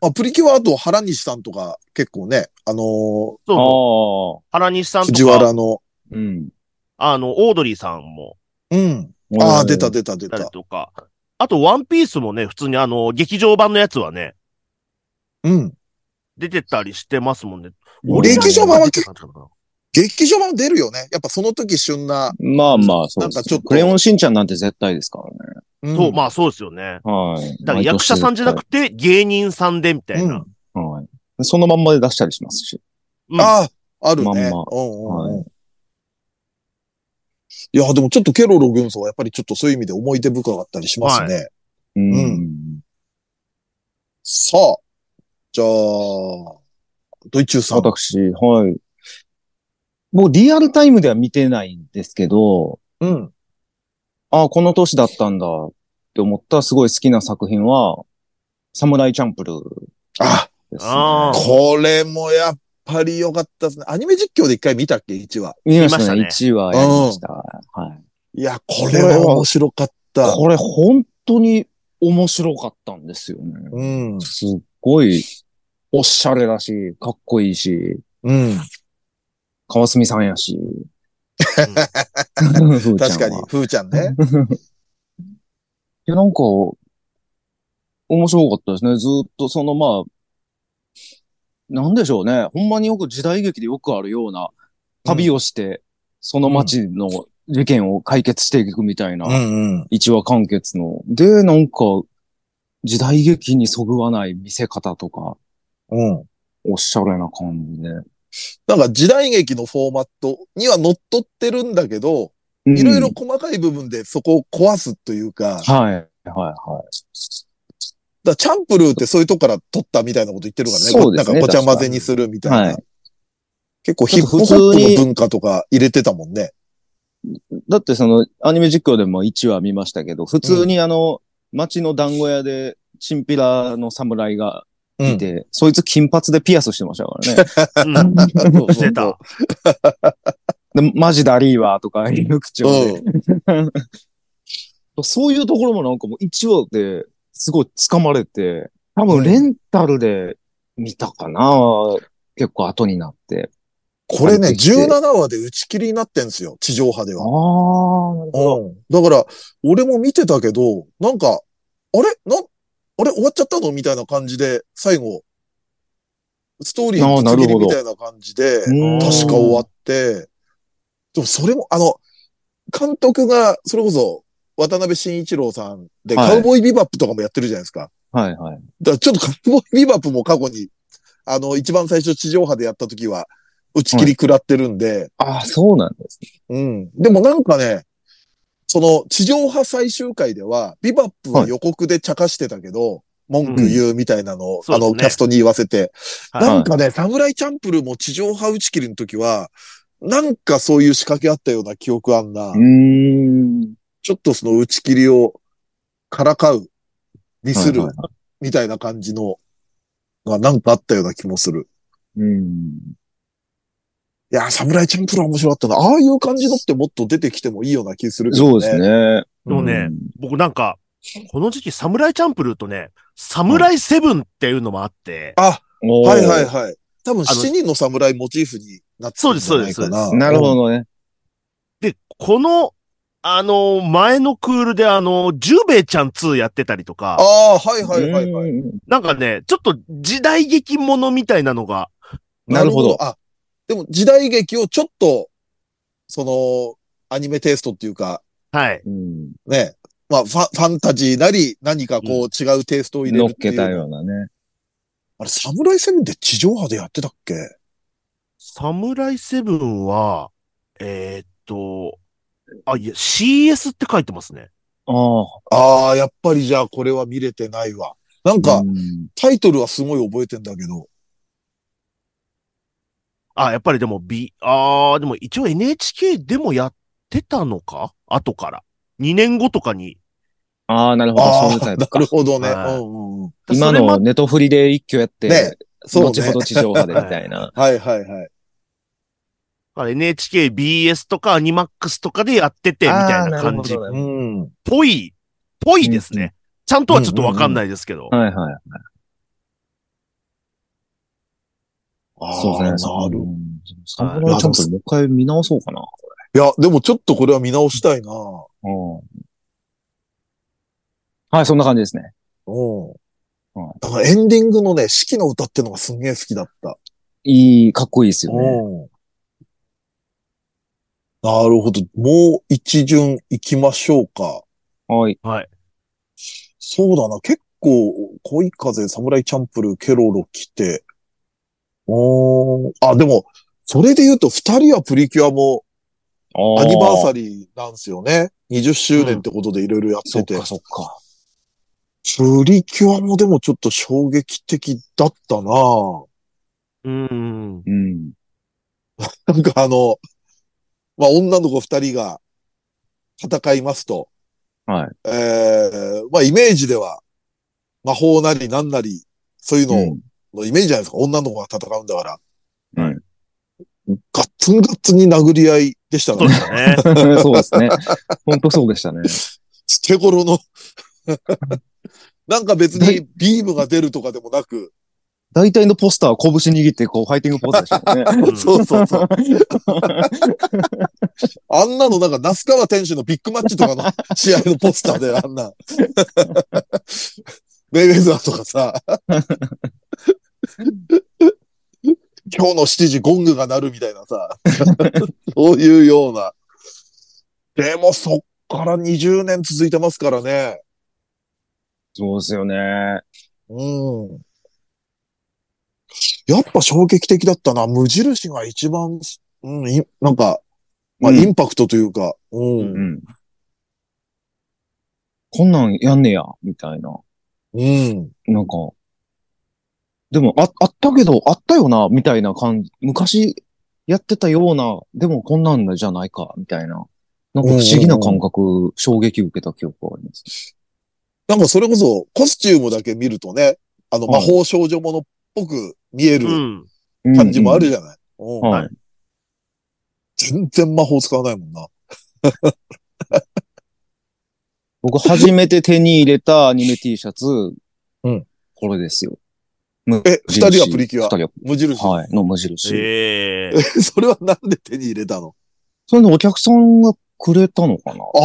Speaker 1: まあ、プリキュアはあと原西さんとか結構ね、あのー
Speaker 3: そうそう
Speaker 2: <laughs> ああ。
Speaker 3: 原西さん
Speaker 1: 藤
Speaker 3: とか、
Speaker 1: 原の、
Speaker 2: うん。
Speaker 3: あの、オードリーさんも、
Speaker 1: うん。ああ、出た。出た出
Speaker 3: だったり
Speaker 1: た。
Speaker 3: とか。あと、ワンピースもね、普通にあの、劇場版のやつはね、
Speaker 1: うん。
Speaker 3: 出てたりしてますもんね。
Speaker 1: 俺劇場版は結
Speaker 3: 出てたのかな
Speaker 1: 劇場版出るよね。やっぱその時旬な、
Speaker 2: まあまあ、そうです
Speaker 1: なんかちょっと
Speaker 2: クレヨンしんちゃんなんて絶対ですからね。
Speaker 1: うん
Speaker 3: そう、まあそうですよね。
Speaker 2: はい。
Speaker 3: だから役者さんじゃなくて芸人さんでみたいな。
Speaker 2: 毎年。はい。そのまんまで出したりしますし。
Speaker 3: うん
Speaker 1: ああ、あるね。
Speaker 2: まんま
Speaker 1: うんうんうん、
Speaker 2: はい
Speaker 1: や、でもちょっとケロロ軍曹はやっぱりちょっとそういう意味で思い出深かったりしますね。う
Speaker 2: う。
Speaker 1: んさあ、じゃあ、ドイチューさん。
Speaker 2: 私、はい。もうリアルタイムでは見てないんですけど、
Speaker 1: うん。
Speaker 2: ああ、この年だったんだって思ったすごい好きな作品は、サムライチャンプルー
Speaker 1: あ、
Speaker 2: です、ね。
Speaker 3: あー
Speaker 1: これもやっぱり良かったですね。アニメ実況で一回見たっけ ?1 話。
Speaker 2: 見ましたね。
Speaker 3: 見ま
Speaker 2: 1話やりました。はい。
Speaker 1: いや、これは面白かった。
Speaker 2: これ本当に面白かったんですよね。
Speaker 1: うん。
Speaker 2: すっごい、おしゃれだし、かっこいいし、
Speaker 1: うん。
Speaker 2: 川澄さんやし。
Speaker 1: 確かに、ふーちゃんね。
Speaker 2: いや、なんか、面白かったですね。ずっとその、まあ、なんでしょうね。ほんまによく時代劇でよくあるような、旅をして、その街の事件を解決していくみたいな、
Speaker 1: <laughs> うんうん。
Speaker 2: 一話完結の。で、なんか、時代劇にそぐわない見せ方とか、
Speaker 1: うん。
Speaker 2: おしゃれな感じで。
Speaker 1: なんか時代劇のフォーマットには乗っ取ってるんだけど、いろいろ
Speaker 2: うん
Speaker 1: 細かい部分でそこを壊すというか、だか
Speaker 2: はい、はい、はい。
Speaker 1: らチャンプルーってそういうとこから取ったみたいなこと言ってるからね。
Speaker 2: そうですね
Speaker 1: なんかごちゃ混ぜにするみたいな。
Speaker 2: はい
Speaker 1: 結構ヒップホップの文化とか入れてたもんね。
Speaker 2: だってその、アニメ実況でも1話見ましたけど、普通にあの、街の団子屋で、チンピラの侍が
Speaker 1: う
Speaker 2: い
Speaker 1: ん。
Speaker 2: て、そいつ金髪でピアスしてましたからね。
Speaker 3: うん。
Speaker 1: <laughs> そう
Speaker 3: してた。
Speaker 2: でマジダリーワーとかいう口調で。
Speaker 1: うん。
Speaker 2: そういうところもなんかもう一話ですごい掴まれて、多分レンタルで見たかな、結構後になって。
Speaker 1: これね、
Speaker 2: 帰ってきて
Speaker 1: 17話で打ち切りになってんですよ、地上波で
Speaker 2: あ
Speaker 1: は。
Speaker 2: あ、
Speaker 1: うん。だから、俺も見てたけど、なんか、あれな、あれ終わっちゃったのみたいな感じで、最後、ストーリー
Speaker 2: あー
Speaker 1: の
Speaker 2: な
Speaker 1: ぶ
Speaker 2: る
Speaker 1: つ切り
Speaker 2: ほど
Speaker 1: みたいな感じで、確
Speaker 2: うん
Speaker 1: か終わって、でもそれも、あの、監督が、それこそ、渡辺慎一郎さんで、
Speaker 2: はい
Speaker 1: カウボーイビバップとかもやってるじゃないですか。
Speaker 2: はいはい。
Speaker 1: だからちょっとカウボーイビバップも過去に、あの、一番最初地上波でやった時は、打ち切り食らってるんで、
Speaker 2: ああ、そうなんですね。
Speaker 1: うん。でもなんかね、その地上波最終回では、ビバップは予告で茶化してたけど、文句言うみたいなのを、
Speaker 3: うん
Speaker 1: あの、
Speaker 3: そうですね
Speaker 1: キャストに言わせて。
Speaker 3: はい
Speaker 1: なんかね、サムライチャンプルーも地上波打ち切りの時は、なんかそういう仕掛けあったような記憶あんな、
Speaker 2: うーん。
Speaker 1: ちょっとその打ち切りをからかう、ディスる
Speaker 2: はいはいは
Speaker 1: みたいな感じの、がなんかあったような気もする。
Speaker 2: いうん。
Speaker 1: いやー、サムライチャンプルーは面白かったな。ああいう感じのってもっと出てきてもいいような気するけどね。
Speaker 2: そうですね。
Speaker 3: でもね僕なんか、この時期、サムライチャンプルーとね、サムライセブンっていうのもあって、
Speaker 1: あ、
Speaker 2: おー
Speaker 1: はいはいはい。多分、七人の侍モチーフになってるんじゃないかな。
Speaker 2: なるほどね。
Speaker 3: で、この、あの、前のクールであの、ジュベイちゃん2やってたりと
Speaker 1: あ
Speaker 3: か、
Speaker 1: あ、はいはいはいはい。
Speaker 2: うん
Speaker 3: なんかね、ちょっと時代劇ものみたいなのが、
Speaker 2: なるほど。
Speaker 1: あ、でも時代劇をちょっと、その、アニメテイストっていうか、
Speaker 3: はい。
Speaker 2: うん
Speaker 1: ね、まあファ、ファンタジーなり、何かこう違うテイストを入れ
Speaker 2: 乗っ
Speaker 1: るってい
Speaker 2: け
Speaker 1: う。
Speaker 2: たようなね。
Speaker 1: あれ、侍セブンって地上波でやってたっけ
Speaker 3: サムライセブンは、えーっと、あ、いや、CS って書いてますね。
Speaker 2: あ
Speaker 1: ああ、やっぱりじゃあこれは見れてないわ。なん
Speaker 2: あ。
Speaker 1: か、
Speaker 2: うん
Speaker 1: タイトルはすごい覚えてんだけど。
Speaker 3: あ、やっぱりでも B、あー、でも一応 NHK でもやってたのか後から。2年後とかに。
Speaker 2: ああ、なるほど。
Speaker 1: あ
Speaker 2: そういう
Speaker 1: あ、
Speaker 2: タ
Speaker 1: な
Speaker 2: イ
Speaker 1: <laughs>
Speaker 2: プか
Speaker 1: る。ほどね。う
Speaker 3: はい
Speaker 1: んうんうん。
Speaker 2: 今
Speaker 3: それも
Speaker 2: のネトフリで一挙やって、
Speaker 1: ねそうね
Speaker 2: 後ほど地上
Speaker 1: <laughs>
Speaker 2: 波でみたいな。
Speaker 1: はいはいはい。
Speaker 3: だから NHKBS とかアニマックスとかでやってて、みたいな感じ。
Speaker 2: あーる
Speaker 3: っ
Speaker 2: ほどね
Speaker 1: うん。
Speaker 3: ぽい、ぽいです
Speaker 2: うんう
Speaker 3: ね。ちゃんとはちょっとわかんないですけど。
Speaker 2: はいはい。
Speaker 1: あ
Speaker 2: そう
Speaker 1: あ、な
Speaker 2: で
Speaker 1: る
Speaker 2: すね。
Speaker 1: ほ
Speaker 2: う
Speaker 1: ど。
Speaker 2: んサムライチャンプルもう一回見直そうかな。
Speaker 1: いや、でもちょっとこれは見直したいな
Speaker 2: うんはい、そんな感じですね。
Speaker 1: うん
Speaker 2: うん。
Speaker 1: だからエンディングのね、四季の歌ってのがすんげえ好きだった。
Speaker 2: いい、かっこいいですよね。
Speaker 1: うん。なるほど。もう一巡行きましょうか。
Speaker 2: はい。
Speaker 3: はい。
Speaker 1: そうだな。結構、恋風、侍チャンプルー、ケロロ来て。おーあ、でも、それで言うと、二人はプリキュアもアニバーサ
Speaker 2: リー
Speaker 1: リーなんですよね。20周年ってことでいろいろやっ
Speaker 2: そ
Speaker 1: て。
Speaker 2: ってかそっか。
Speaker 1: プリキュアもでもちょっと衝撃的だったなぁ
Speaker 3: うん。
Speaker 2: うん。
Speaker 1: なんかあの、まあ、女の子二人が戦いますと。
Speaker 2: はい。
Speaker 1: えー、まあ、イメージでは、魔法なり何なり、そういうののイメージじゃないですか。女の子が戦うんだから。
Speaker 2: はい。
Speaker 1: ガッツンガッツンに殴り合いでした
Speaker 3: そう
Speaker 1: ね
Speaker 3: で。したね。
Speaker 2: <laughs> うんそうですね。本当そうでしたね。
Speaker 1: <laughs> 手頃の。なんか別にビームが出るとかでもなく。
Speaker 2: 大体のポスターは拳握って、こう、ファイティングポーズでしたよね。 <laughs>
Speaker 3: うん
Speaker 1: そうそうそう。あんなのなんか、那須川天主のビッグマッチと
Speaker 2: <laughs>
Speaker 1: かの試合のポスターで、あんな。 <laughs> メイウェザーとかさ。今日の7時ゴングが鳴るみたいな
Speaker 2: <laughs>
Speaker 1: さ。そういうような。でもそっから20年続いてますからね。
Speaker 2: そうですよね。
Speaker 1: うん。やっぱ衝撃的だったな。無印が一番、うん、いなんか、まあ、
Speaker 2: うん
Speaker 1: インパクトというか、う。
Speaker 2: うんん。こんなんやんねや、みたいな。
Speaker 1: うん。
Speaker 2: なんか、でも、あ、あったけど、あったよな、みたいな感じ。昔やってたような、でもこんなんじゃないか、みたいな。なんか不思議な感覚、衝撃受けた記憶があります。
Speaker 1: なんかそれこそコスチュームだけ見るとね、あの、魔法少女ものっぽく見え
Speaker 3: う
Speaker 1: る
Speaker 3: ん。
Speaker 1: 感じもあるじゃない。うん
Speaker 2: うんうん。はい。
Speaker 1: 全然魔法使わないもんな。
Speaker 2: 僕初めて手に入れ
Speaker 1: <laughs>
Speaker 2: たアニメ T シャツ、
Speaker 1: うん
Speaker 2: これですよ。
Speaker 1: え、二人はプリキュア
Speaker 2: 二。人は
Speaker 1: 無印。
Speaker 2: はい、の無印。
Speaker 3: ええ
Speaker 1: <laughs> それはなんで手に入れたの
Speaker 2: それのお客さんがくれたのかな
Speaker 1: あ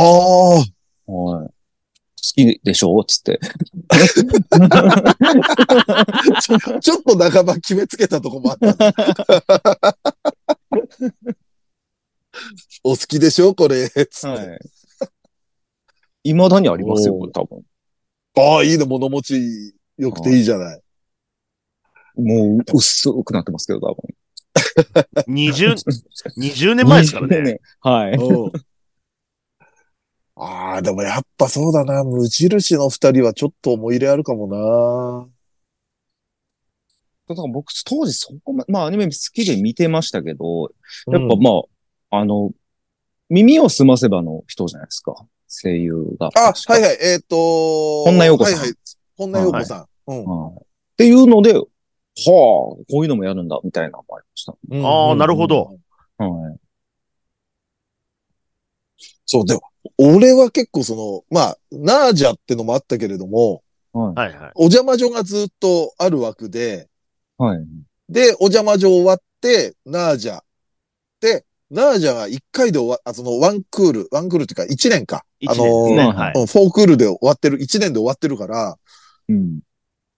Speaker 1: あ、
Speaker 2: はい。好きでしょつって。
Speaker 1: ちょっと <laughs> 半ば決めつけたとこもあったね。お好きでしょこれ。つって
Speaker 2: い。 <laughs> 未だにありますよ、
Speaker 1: おー
Speaker 2: 多分。
Speaker 1: ああ、いいね。物持ち良くていいじゃない。
Speaker 2: もう、薄くなってますけど、多分。
Speaker 3: 二十、二十年前ですからね。。
Speaker 2: はい。
Speaker 1: うん <laughs> ああ、でもやっぱそうだな。無印の二人はちょっと思い入れあるかも
Speaker 2: だから僕、当時そこま、まあアニメ好きで見てましたけど、
Speaker 1: な。
Speaker 2: やっぱ
Speaker 1: うん
Speaker 2: まあ、あの、耳をすませばの人じゃないですか。声優が。
Speaker 1: あ、
Speaker 2: 確か
Speaker 1: はいはい。えっ、と
Speaker 2: 本田洋子さ
Speaker 1: は
Speaker 2: ん
Speaker 1: いはい。本田洋子さん。うん
Speaker 2: はいっていうので、はあ、こういうのもやるんだ、みたいなのもありました。
Speaker 1: うん
Speaker 3: ああ、なるほど。
Speaker 2: はい。
Speaker 1: そう、でも、俺は結構その、まあ、ナージャってのもあったけれども、
Speaker 2: はい。
Speaker 3: はいはい。
Speaker 1: お邪魔女がずっとある枠で、
Speaker 2: はい。
Speaker 1: で、お邪魔女終わって、ナージャ。で、ナージャは一回で終わ、あその、ワンクール、ワンクールっていうか、一年か。
Speaker 3: 一
Speaker 1: あの
Speaker 3: 年ですね。
Speaker 1: ー
Speaker 3: はい。
Speaker 1: うんフォークールで終わってる、一年で終わってるから、
Speaker 2: うん。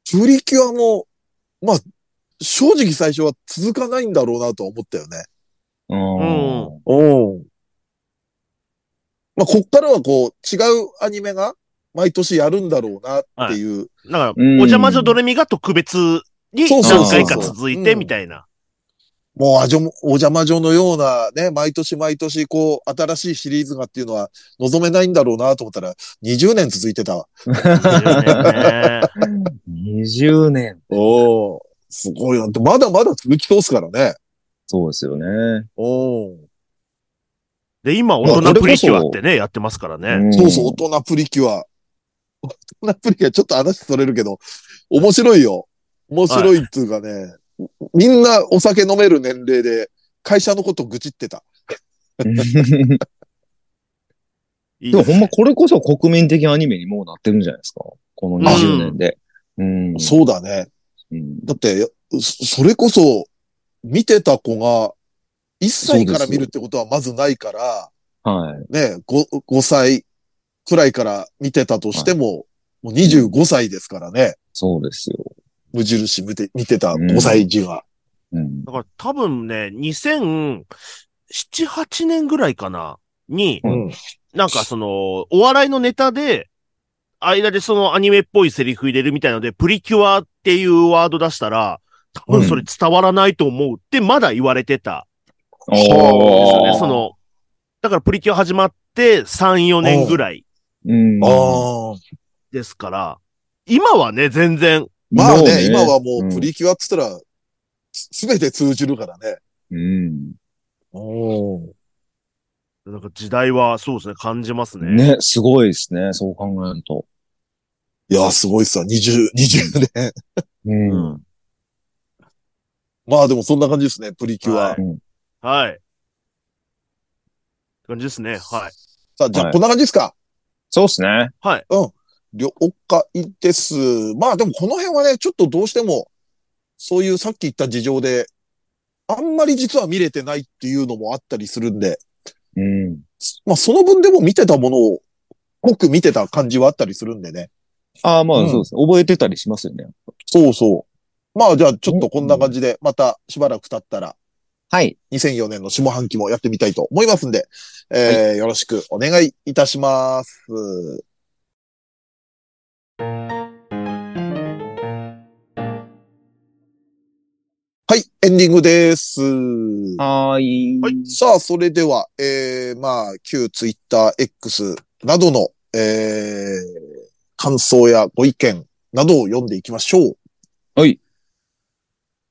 Speaker 1: プリキュアも、まあ、正直最初は続かないんだろうなとは思ったよね。
Speaker 2: あー
Speaker 1: おん。まあ、こっからはこう、違うアニメが毎年やるんだろうなっていう。
Speaker 3: だから、
Speaker 2: うん
Speaker 3: お邪魔女ドレミが特別に
Speaker 1: そう
Speaker 2: そうそ
Speaker 3: 何
Speaker 2: う
Speaker 3: 回か続いてみたいな。
Speaker 1: もうあじょ、お邪魔女のようなね、毎年毎年こう、新しいシリーズがっていうのは望めないんだろうなと思ったら、20年続いてたわ。
Speaker 3: 20年ね
Speaker 2: 20年。
Speaker 1: おおすごいな。まだまだ続き通すからね。
Speaker 2: そうですよね。
Speaker 1: お
Speaker 3: で、今、大人プリキュアってね、やってますからね。
Speaker 2: ん
Speaker 1: そう
Speaker 2: <laughs>
Speaker 1: そう、大人プリキュア。大人プリキュア、ちょっと話それるけど、面白いよ。面白いっていうかね、みんなお酒飲める年齢で、会社のこと愚痴ってた。
Speaker 2: で
Speaker 3: いい
Speaker 2: もほんまこれこそ国民的アニメにもうなってるんじゃないですか。この20年で。うん。
Speaker 1: そうだね。
Speaker 2: うん。
Speaker 1: だって、そそれこそ、見てた子が、1歳から見るってことはまずないから、
Speaker 2: はい。
Speaker 1: ね、5, 5歳くらいから見てたとしても、もう25歳ですからね。
Speaker 2: そうですよ。
Speaker 1: 無印見て見てた
Speaker 2: うん
Speaker 1: 5歳児は。
Speaker 2: うん。
Speaker 3: だから多分ね、2007、8年ぐらいかな、に、
Speaker 2: うん
Speaker 1: ん。
Speaker 3: なんかその、お笑いのネタで、間でそのアニメっぽいセリフ入れるみたいので、プリキュアっていうワード出したら、多分それ伝わらないと思うってまだ言われてた
Speaker 2: お
Speaker 3: んですよ
Speaker 1: あ
Speaker 3: ね
Speaker 1: ー。
Speaker 3: その、だからプリキュア始まって3、4年ぐらい
Speaker 2: うん。
Speaker 1: ああ。
Speaker 3: ですから、今はね、全然、
Speaker 1: まあね
Speaker 2: もう
Speaker 1: 今はもうプ
Speaker 2: ん
Speaker 1: リキュアっつったら、すべて通じるからね。
Speaker 2: うん。
Speaker 1: お
Speaker 3: なんか時代はそうですね、感じますね。
Speaker 2: ね、すごいですね。そう考えると。
Speaker 1: いや、すごいっすわ。20、20年。
Speaker 2: う。
Speaker 3: うんん。
Speaker 1: <laughs> まあでもそんな感じですね、プリキュア。
Speaker 3: は
Speaker 2: うん
Speaker 3: い。はい。感じです
Speaker 1: <laughs>
Speaker 3: ね。はい。
Speaker 1: さあ、じゃ
Speaker 2: は
Speaker 1: あ
Speaker 2: い
Speaker 1: こんな感じですか、
Speaker 2: そうですね。
Speaker 1: 了解です。まあでもこの辺はね、ちょっとどうしても、そういうさっき言った事情で、あんまり実は見れてないっていうのもあったりするんで、
Speaker 2: うん。
Speaker 1: まあその分でも見てたものを、濃く見てた感じはあったりするんでね。
Speaker 2: ああ、ま
Speaker 1: う
Speaker 2: あ
Speaker 1: ん
Speaker 2: そうです。覚えてたりしますよね。
Speaker 1: そうそう。まあじゃあちょっとこんな感じで、またしばらく経ったら、
Speaker 2: はい。
Speaker 1: 2004年の下半期もやってみたいと思いますんで、えーよろしくお願いいたします。はい、エンディングです。
Speaker 2: はーい。
Speaker 3: はい
Speaker 2: <laughs>
Speaker 1: さあ、それでは、えー、まあ、旧ツイッター X などの、えー、感想やご意見などを読んでいきましょう。
Speaker 2: はい。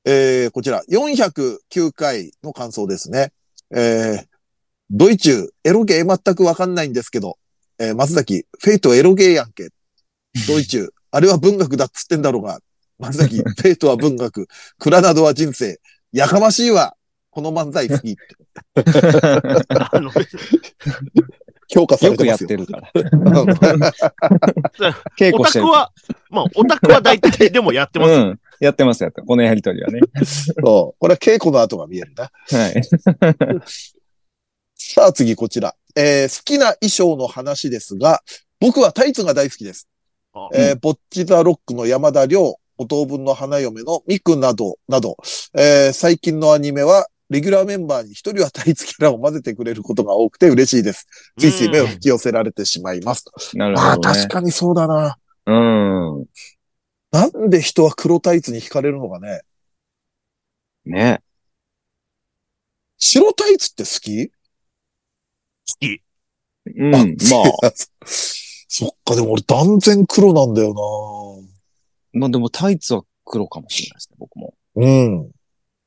Speaker 1: えー、こちら、409回の感想ですね。えー、ドイチュー、エロゲー全くわかんないんですけど、
Speaker 2: <laughs>
Speaker 1: えー、松崎、フェイトエロゲーやんけ。ドイチュー、あれは文学だっつってんだろうが、まさき、ペイトは文学、蔵などは人生、やかましいわ、この漫才好きって
Speaker 3: あの、
Speaker 1: 評価さ
Speaker 2: よ
Speaker 1: れて
Speaker 2: く
Speaker 1: ま
Speaker 2: やっ
Speaker 1: すよ。
Speaker 2: てるから。
Speaker 1: やっ
Speaker 2: 稽
Speaker 3: オ
Speaker 2: 古して
Speaker 3: タ
Speaker 2: る
Speaker 3: クは、まあ、オタクは大体でもやってます。
Speaker 2: うん。やってます、やってますこのやりとりはね。
Speaker 1: <laughs> そう。これは稽古の後が見えるな。
Speaker 2: はい。
Speaker 1: さあ次こちら。えー好きな衣装の話ですが、僕はタイツが大好きです。
Speaker 3: あ
Speaker 1: えーボッチザロックの山田亮、五等分の花嫁のミクなど、など、えー最近のアニメは、レギュラーメンバーに一人はタイツキャラを混ぜてくれることが多くて嬉しいです。ついつい目を引き寄せられてしまいます。
Speaker 2: なる
Speaker 1: まあ、
Speaker 2: ほどね
Speaker 1: 確。かにそうだな。
Speaker 2: うん。
Speaker 1: なんで人は黒タイツに惹かれるのかね。
Speaker 2: ね。
Speaker 1: 白タイツって好き
Speaker 3: 好き。
Speaker 1: <laughs>
Speaker 2: うん。まあ、
Speaker 1: あ。そっか、でも俺断然黒なんだよ
Speaker 2: まあでもタイツは黒かもしれないですね、僕も。
Speaker 1: なうん。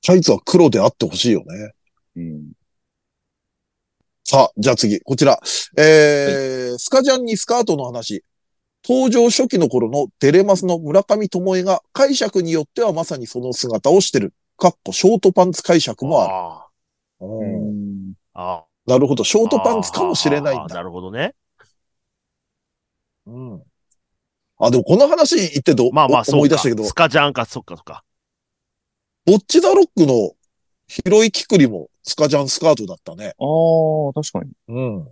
Speaker 1: タイツは黒であってほしいよね。
Speaker 2: うん。
Speaker 1: さあ、じゃあ次、こちら。えースカジャンにスカートの話。登場初期の頃のデレマスの村上智恵が解釈によってはまさにその姿をしてる。かっこショートパンツ解釈もある。
Speaker 3: あ
Speaker 1: うん
Speaker 3: あ。ああ。
Speaker 1: なるほど。ショ
Speaker 3: オ
Speaker 1: ートパンツかもしれないんだ。
Speaker 3: なるほどね。
Speaker 1: うん。あ、でもこの話言ってど、
Speaker 3: まあまあ、
Speaker 1: お
Speaker 3: そうか。
Speaker 1: 思い出したけど
Speaker 3: ス、カジャンか、そっかそっか。
Speaker 1: ボッチザロックの広いきくりもスカジャンスカートだったね。
Speaker 2: ああ、確かに。
Speaker 1: うん。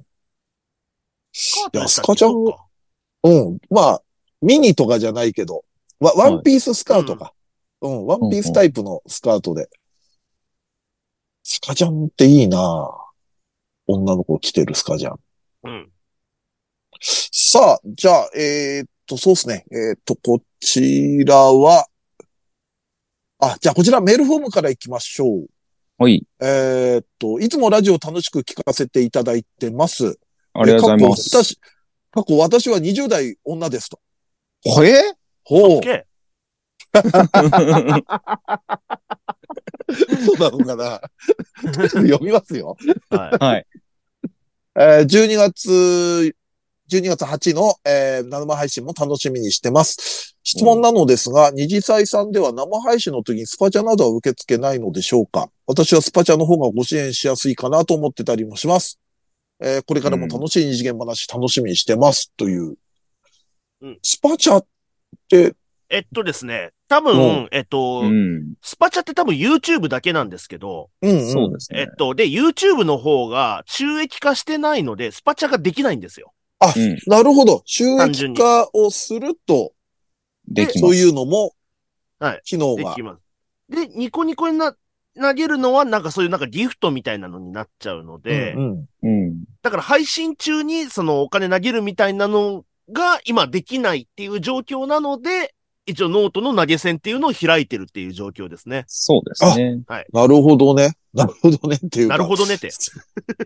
Speaker 3: ス
Speaker 1: いやスカジャン
Speaker 3: そっか
Speaker 1: うん。まあ、ミニとかじゃないけど、ワワンピーススカートか、うん。ワンピースタイプのスカートで。スカジャンっていいなぁ女の子着てるスカジャン。
Speaker 3: うん。
Speaker 1: さあ、じゃあ、えーっと、そうですね。えーっと、こちらは、あ、じゃあこちらメールフォームから行きましょう。
Speaker 2: はい。
Speaker 1: えーっと、いつもラジオ楽しく聞かせていただいてます。
Speaker 2: ありがとうございます
Speaker 1: で。過去私、過去私は20代女ですと。
Speaker 2: ほえ
Speaker 1: ほ
Speaker 3: オッケー
Speaker 1: そうなのかな <laughs> とりあえず読みますよ。
Speaker 3: はい。 <laughs>
Speaker 2: <laughs> はい。
Speaker 1: えー12月、12月8の、えー生配信も楽しみにしてます。質問なのですが、二次祭さんでは生配信の時にスパチャなどは受け付けないのでしょうか私はスパチャの方がご支援しやすいかなと思ってたりもします。えーこれからも楽しい二次元話楽しみにしてますという。
Speaker 3: うん
Speaker 1: スパチャって、
Speaker 3: えっとですね、多
Speaker 1: う
Speaker 3: 分、えっと
Speaker 2: う、ん。
Speaker 3: スパチャって多分 YouTube だけなんですけど、
Speaker 1: うん、うん。
Speaker 2: そうです
Speaker 3: え
Speaker 2: ね
Speaker 3: っ。と、で、YouTube の方が収益化してないので、スパチャができないんですよ。
Speaker 1: あ、
Speaker 2: うん
Speaker 1: なるほど。収
Speaker 3: 単純
Speaker 1: 益
Speaker 3: に
Speaker 1: 化をすると、
Speaker 2: できます。
Speaker 1: そういうのも
Speaker 3: はい、
Speaker 1: 機能
Speaker 3: で
Speaker 1: が
Speaker 3: き。ます。で、ニコニコにな、投げるのはなんかそういうなんかギフトみたいなのになっちゃうので、
Speaker 1: うんうん
Speaker 2: うん。
Speaker 3: だから配信中にそのお金投げるみたいなのが今できないっていう状況なので、一応ノートの投げ銭っていうのを開いてるっていう状況ですね。
Speaker 2: そうですね。
Speaker 1: なるほどね。なるほどねっていうか。
Speaker 3: なるほどねって。
Speaker 1: そ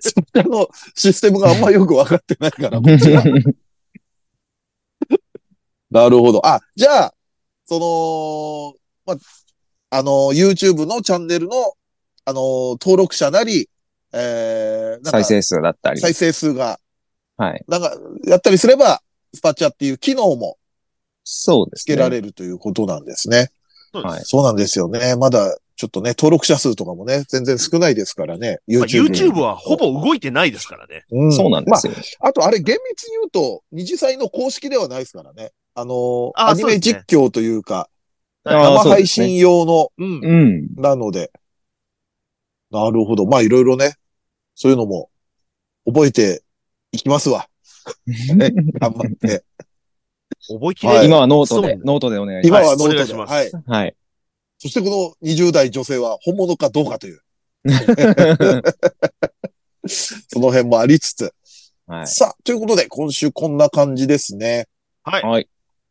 Speaker 1: そっちのシステムがあんまよくわかってないから、こっちはなるほど。あ、じゃあ、その、まあ、あの、YouTube のチャンネルの、あの、登録者なり、えー、なんか
Speaker 2: <laughs> 再生数だったり。
Speaker 1: 再生数が、
Speaker 2: はい。
Speaker 1: なんか、やったりすれば、スパチャっていう機能も
Speaker 2: そうで
Speaker 1: つ
Speaker 2: すね。
Speaker 1: けられるということなんですね。
Speaker 3: そうです
Speaker 2: はい。
Speaker 1: そうなんですよね。まだ、ちょっとね、登録者数とかもね、全然少ないですからね。
Speaker 3: まあ
Speaker 1: YouTube。
Speaker 3: YouTube はほぼ動いてないですからね。
Speaker 1: うん
Speaker 2: そうなんですよ。
Speaker 1: あとあれ厳密に言うと、二次祭の公式ではないですからね。あのー
Speaker 3: あー
Speaker 1: アニメ実況というか、
Speaker 2: あー
Speaker 1: 生
Speaker 2: そう
Speaker 1: 配
Speaker 2: ですね
Speaker 1: 信用の、うん
Speaker 2: うん。
Speaker 1: なので。なるほど。まあいろいろね、そういうのも覚えていきますわ。
Speaker 2: <laughs>
Speaker 1: 頑張って。
Speaker 3: 覚えき
Speaker 1: は
Speaker 3: れ
Speaker 1: い
Speaker 2: 今はノート
Speaker 3: そ
Speaker 2: で
Speaker 3: う、
Speaker 2: ノートでお願いし
Speaker 1: 今
Speaker 2: ま
Speaker 1: はノー
Speaker 3: お願
Speaker 1: ト
Speaker 3: い
Speaker 1: で。
Speaker 3: します
Speaker 1: はい。
Speaker 2: す。 <laughs> はい。
Speaker 1: そしてこの20代女性は本物かどうかという、その辺もありつつ。
Speaker 2: はい。
Speaker 1: さあ、ということで今週こんな感じですね。
Speaker 3: はい。
Speaker 2: はい。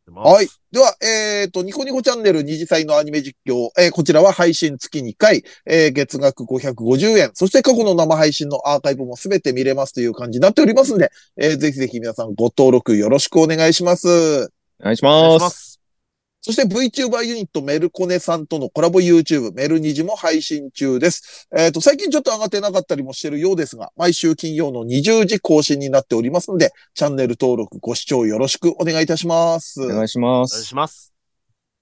Speaker 1: はい。では、えっ、と、ニコニコチャンネル二次祭のアニメ実況、えーこちらは配信月2回、えー月額550円、そして過去の生配信のアーカイブもすべて見れますという感じになっておりますんで、えーぜひぜひ皆さんご登録よろしくお願いします。
Speaker 2: お願いし
Speaker 3: お願い
Speaker 2: ま。
Speaker 3: しますす。
Speaker 1: そして VTuber ユニットメルコネさんとのコラボ YouTube メルニジも配信中です。えっ、と、最近ちょっと上がってなかったりもしてるようですが、毎週金曜の20時更新になっておりますので、チャンネル登録ご視聴よろしくお願いいたします。
Speaker 2: お願いしま
Speaker 3: お願い
Speaker 2: す。
Speaker 3: します。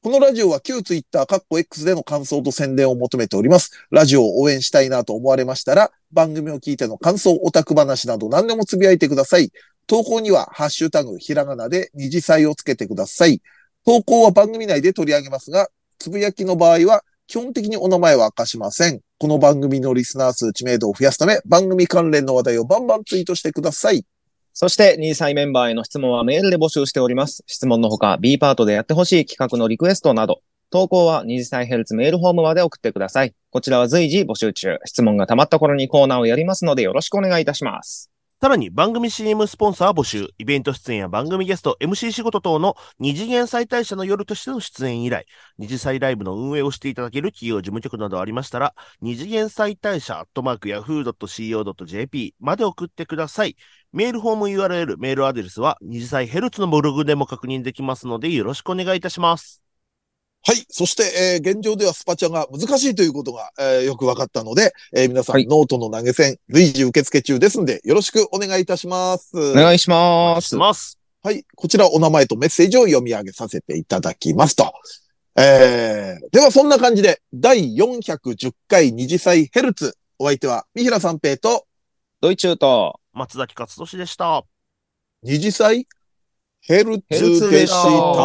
Speaker 1: このラジオは旧ツイッター、カッコ X での感想と宣伝を求めております。ラジオを応援したいなと思われましたら、番組を聞いての感想、オタク話など何でもつぶやいてください。投稿には、ハッシュタグ、ひらがなで二次祭をつけてください。投稿は番組内で取り上げますが、つぶやきの場合は、基本的にお名前は明かしません。この番組のリスナー数知名度を増やすため、番組関連の話題をバンバンツイートしてください。
Speaker 2: そして、2歳メンバーへの質問はメールで募集しております。質問のほか、B パートでやってほしい企画のリクエストなど、投稿は2歳ヘルツメールフォームまで送ってください。こちらは随時募集中。質問が溜まった頃にコーナーをやりますので、よろしくお願いいたします。
Speaker 3: さらに番組 CM スポンサー募集、イベント出演や番組ゲスト、MC 仕事等の二次元再大社の夜としての出演以来、二次祭ライブの運営をしていただける企業事務局などありましたら、二次元再大社アットマーク yahoo.co.jp まで送ってください。メールフォーム URL、メールアドレスは二次祭ヘルツのブログでも確認できますのでよろしくお願いいたします。
Speaker 1: はい。そして、えー現状ではスパチャが難しいということが、えーよく分かったので、えー皆さん、
Speaker 2: はい
Speaker 1: ノートの投げ銭、随時受付中ですんで、よろしくお願いいたします。
Speaker 2: お願いします。
Speaker 3: ます。
Speaker 1: はい。こちら、お名前とメッセージを読み上げさせていただきますと。えー、では、そんな感じで、第410回二次祭ヘルツ。お相手は、三平三平と、
Speaker 2: ドイチューと、
Speaker 3: 松崎勝利でした。
Speaker 1: 二次祭ヘルツ
Speaker 2: ヘルツ
Speaker 1: で
Speaker 2: で
Speaker 1: し。
Speaker 2: したた。
Speaker 1: は、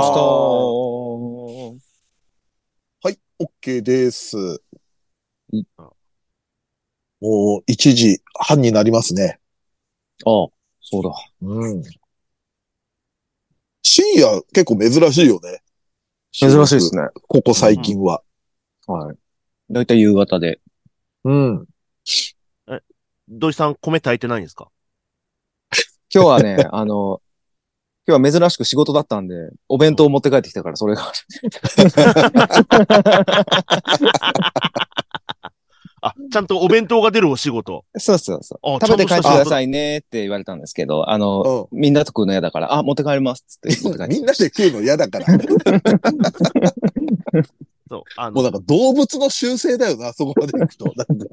Speaker 2: はい
Speaker 1: OK です
Speaker 2: い。
Speaker 1: もう、1時半になりますね。
Speaker 2: あ、そうだ。
Speaker 1: うん。深夜結構珍しいよね。
Speaker 2: 珍しいです。ね。
Speaker 1: ここ最近は。
Speaker 2: はい。だいたい夕方で。
Speaker 1: うん。
Speaker 3: 土井さん、米炊いてないんですか
Speaker 2: 今日は <laughs> ね、あの、今日は珍しく仕事だったんで、お弁当を持って帰ってきたから、それが。
Speaker 3: あ、ちゃんとお弁当が出るお仕事。
Speaker 2: <laughs> そうそうそう。
Speaker 3: あ
Speaker 2: 食べて帰ってく
Speaker 3: ちゃんとした仕事
Speaker 2: ださいねって言われたんですけど、あの、
Speaker 1: うん。
Speaker 2: みんなと食うの嫌だから、あ、持って帰りますっつって持 <laughs> って帰って
Speaker 1: みんなで食うの嫌だ <laughs> から。
Speaker 3: そう。あ
Speaker 1: もう
Speaker 3: の
Speaker 1: なん、か動物の習性だよな、そこまで行くと。なんか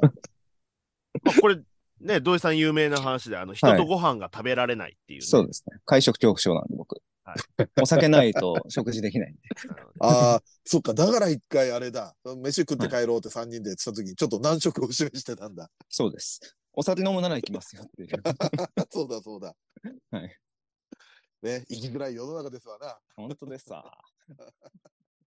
Speaker 3: まあこれ、ね、土井さん有名な話で、あの、人とご飯が食べられないっていう、ね
Speaker 2: そうですね。会食恐怖症なんで、僕
Speaker 3: は。
Speaker 2: お酒ないと食事できないんで。
Speaker 1: ああ、そっか、だから一回あれだ。飯食って帰ろうって3人で言ってた時に、ちょっと難色を示してたんだ。
Speaker 2: <laughs> そうです。お酒飲むなら行きますよって <laughs> いう。
Speaker 1: そうだ、そうだ。
Speaker 2: はい。
Speaker 1: ね、生きづらい世の中ですわな。
Speaker 2: 本当ですさ。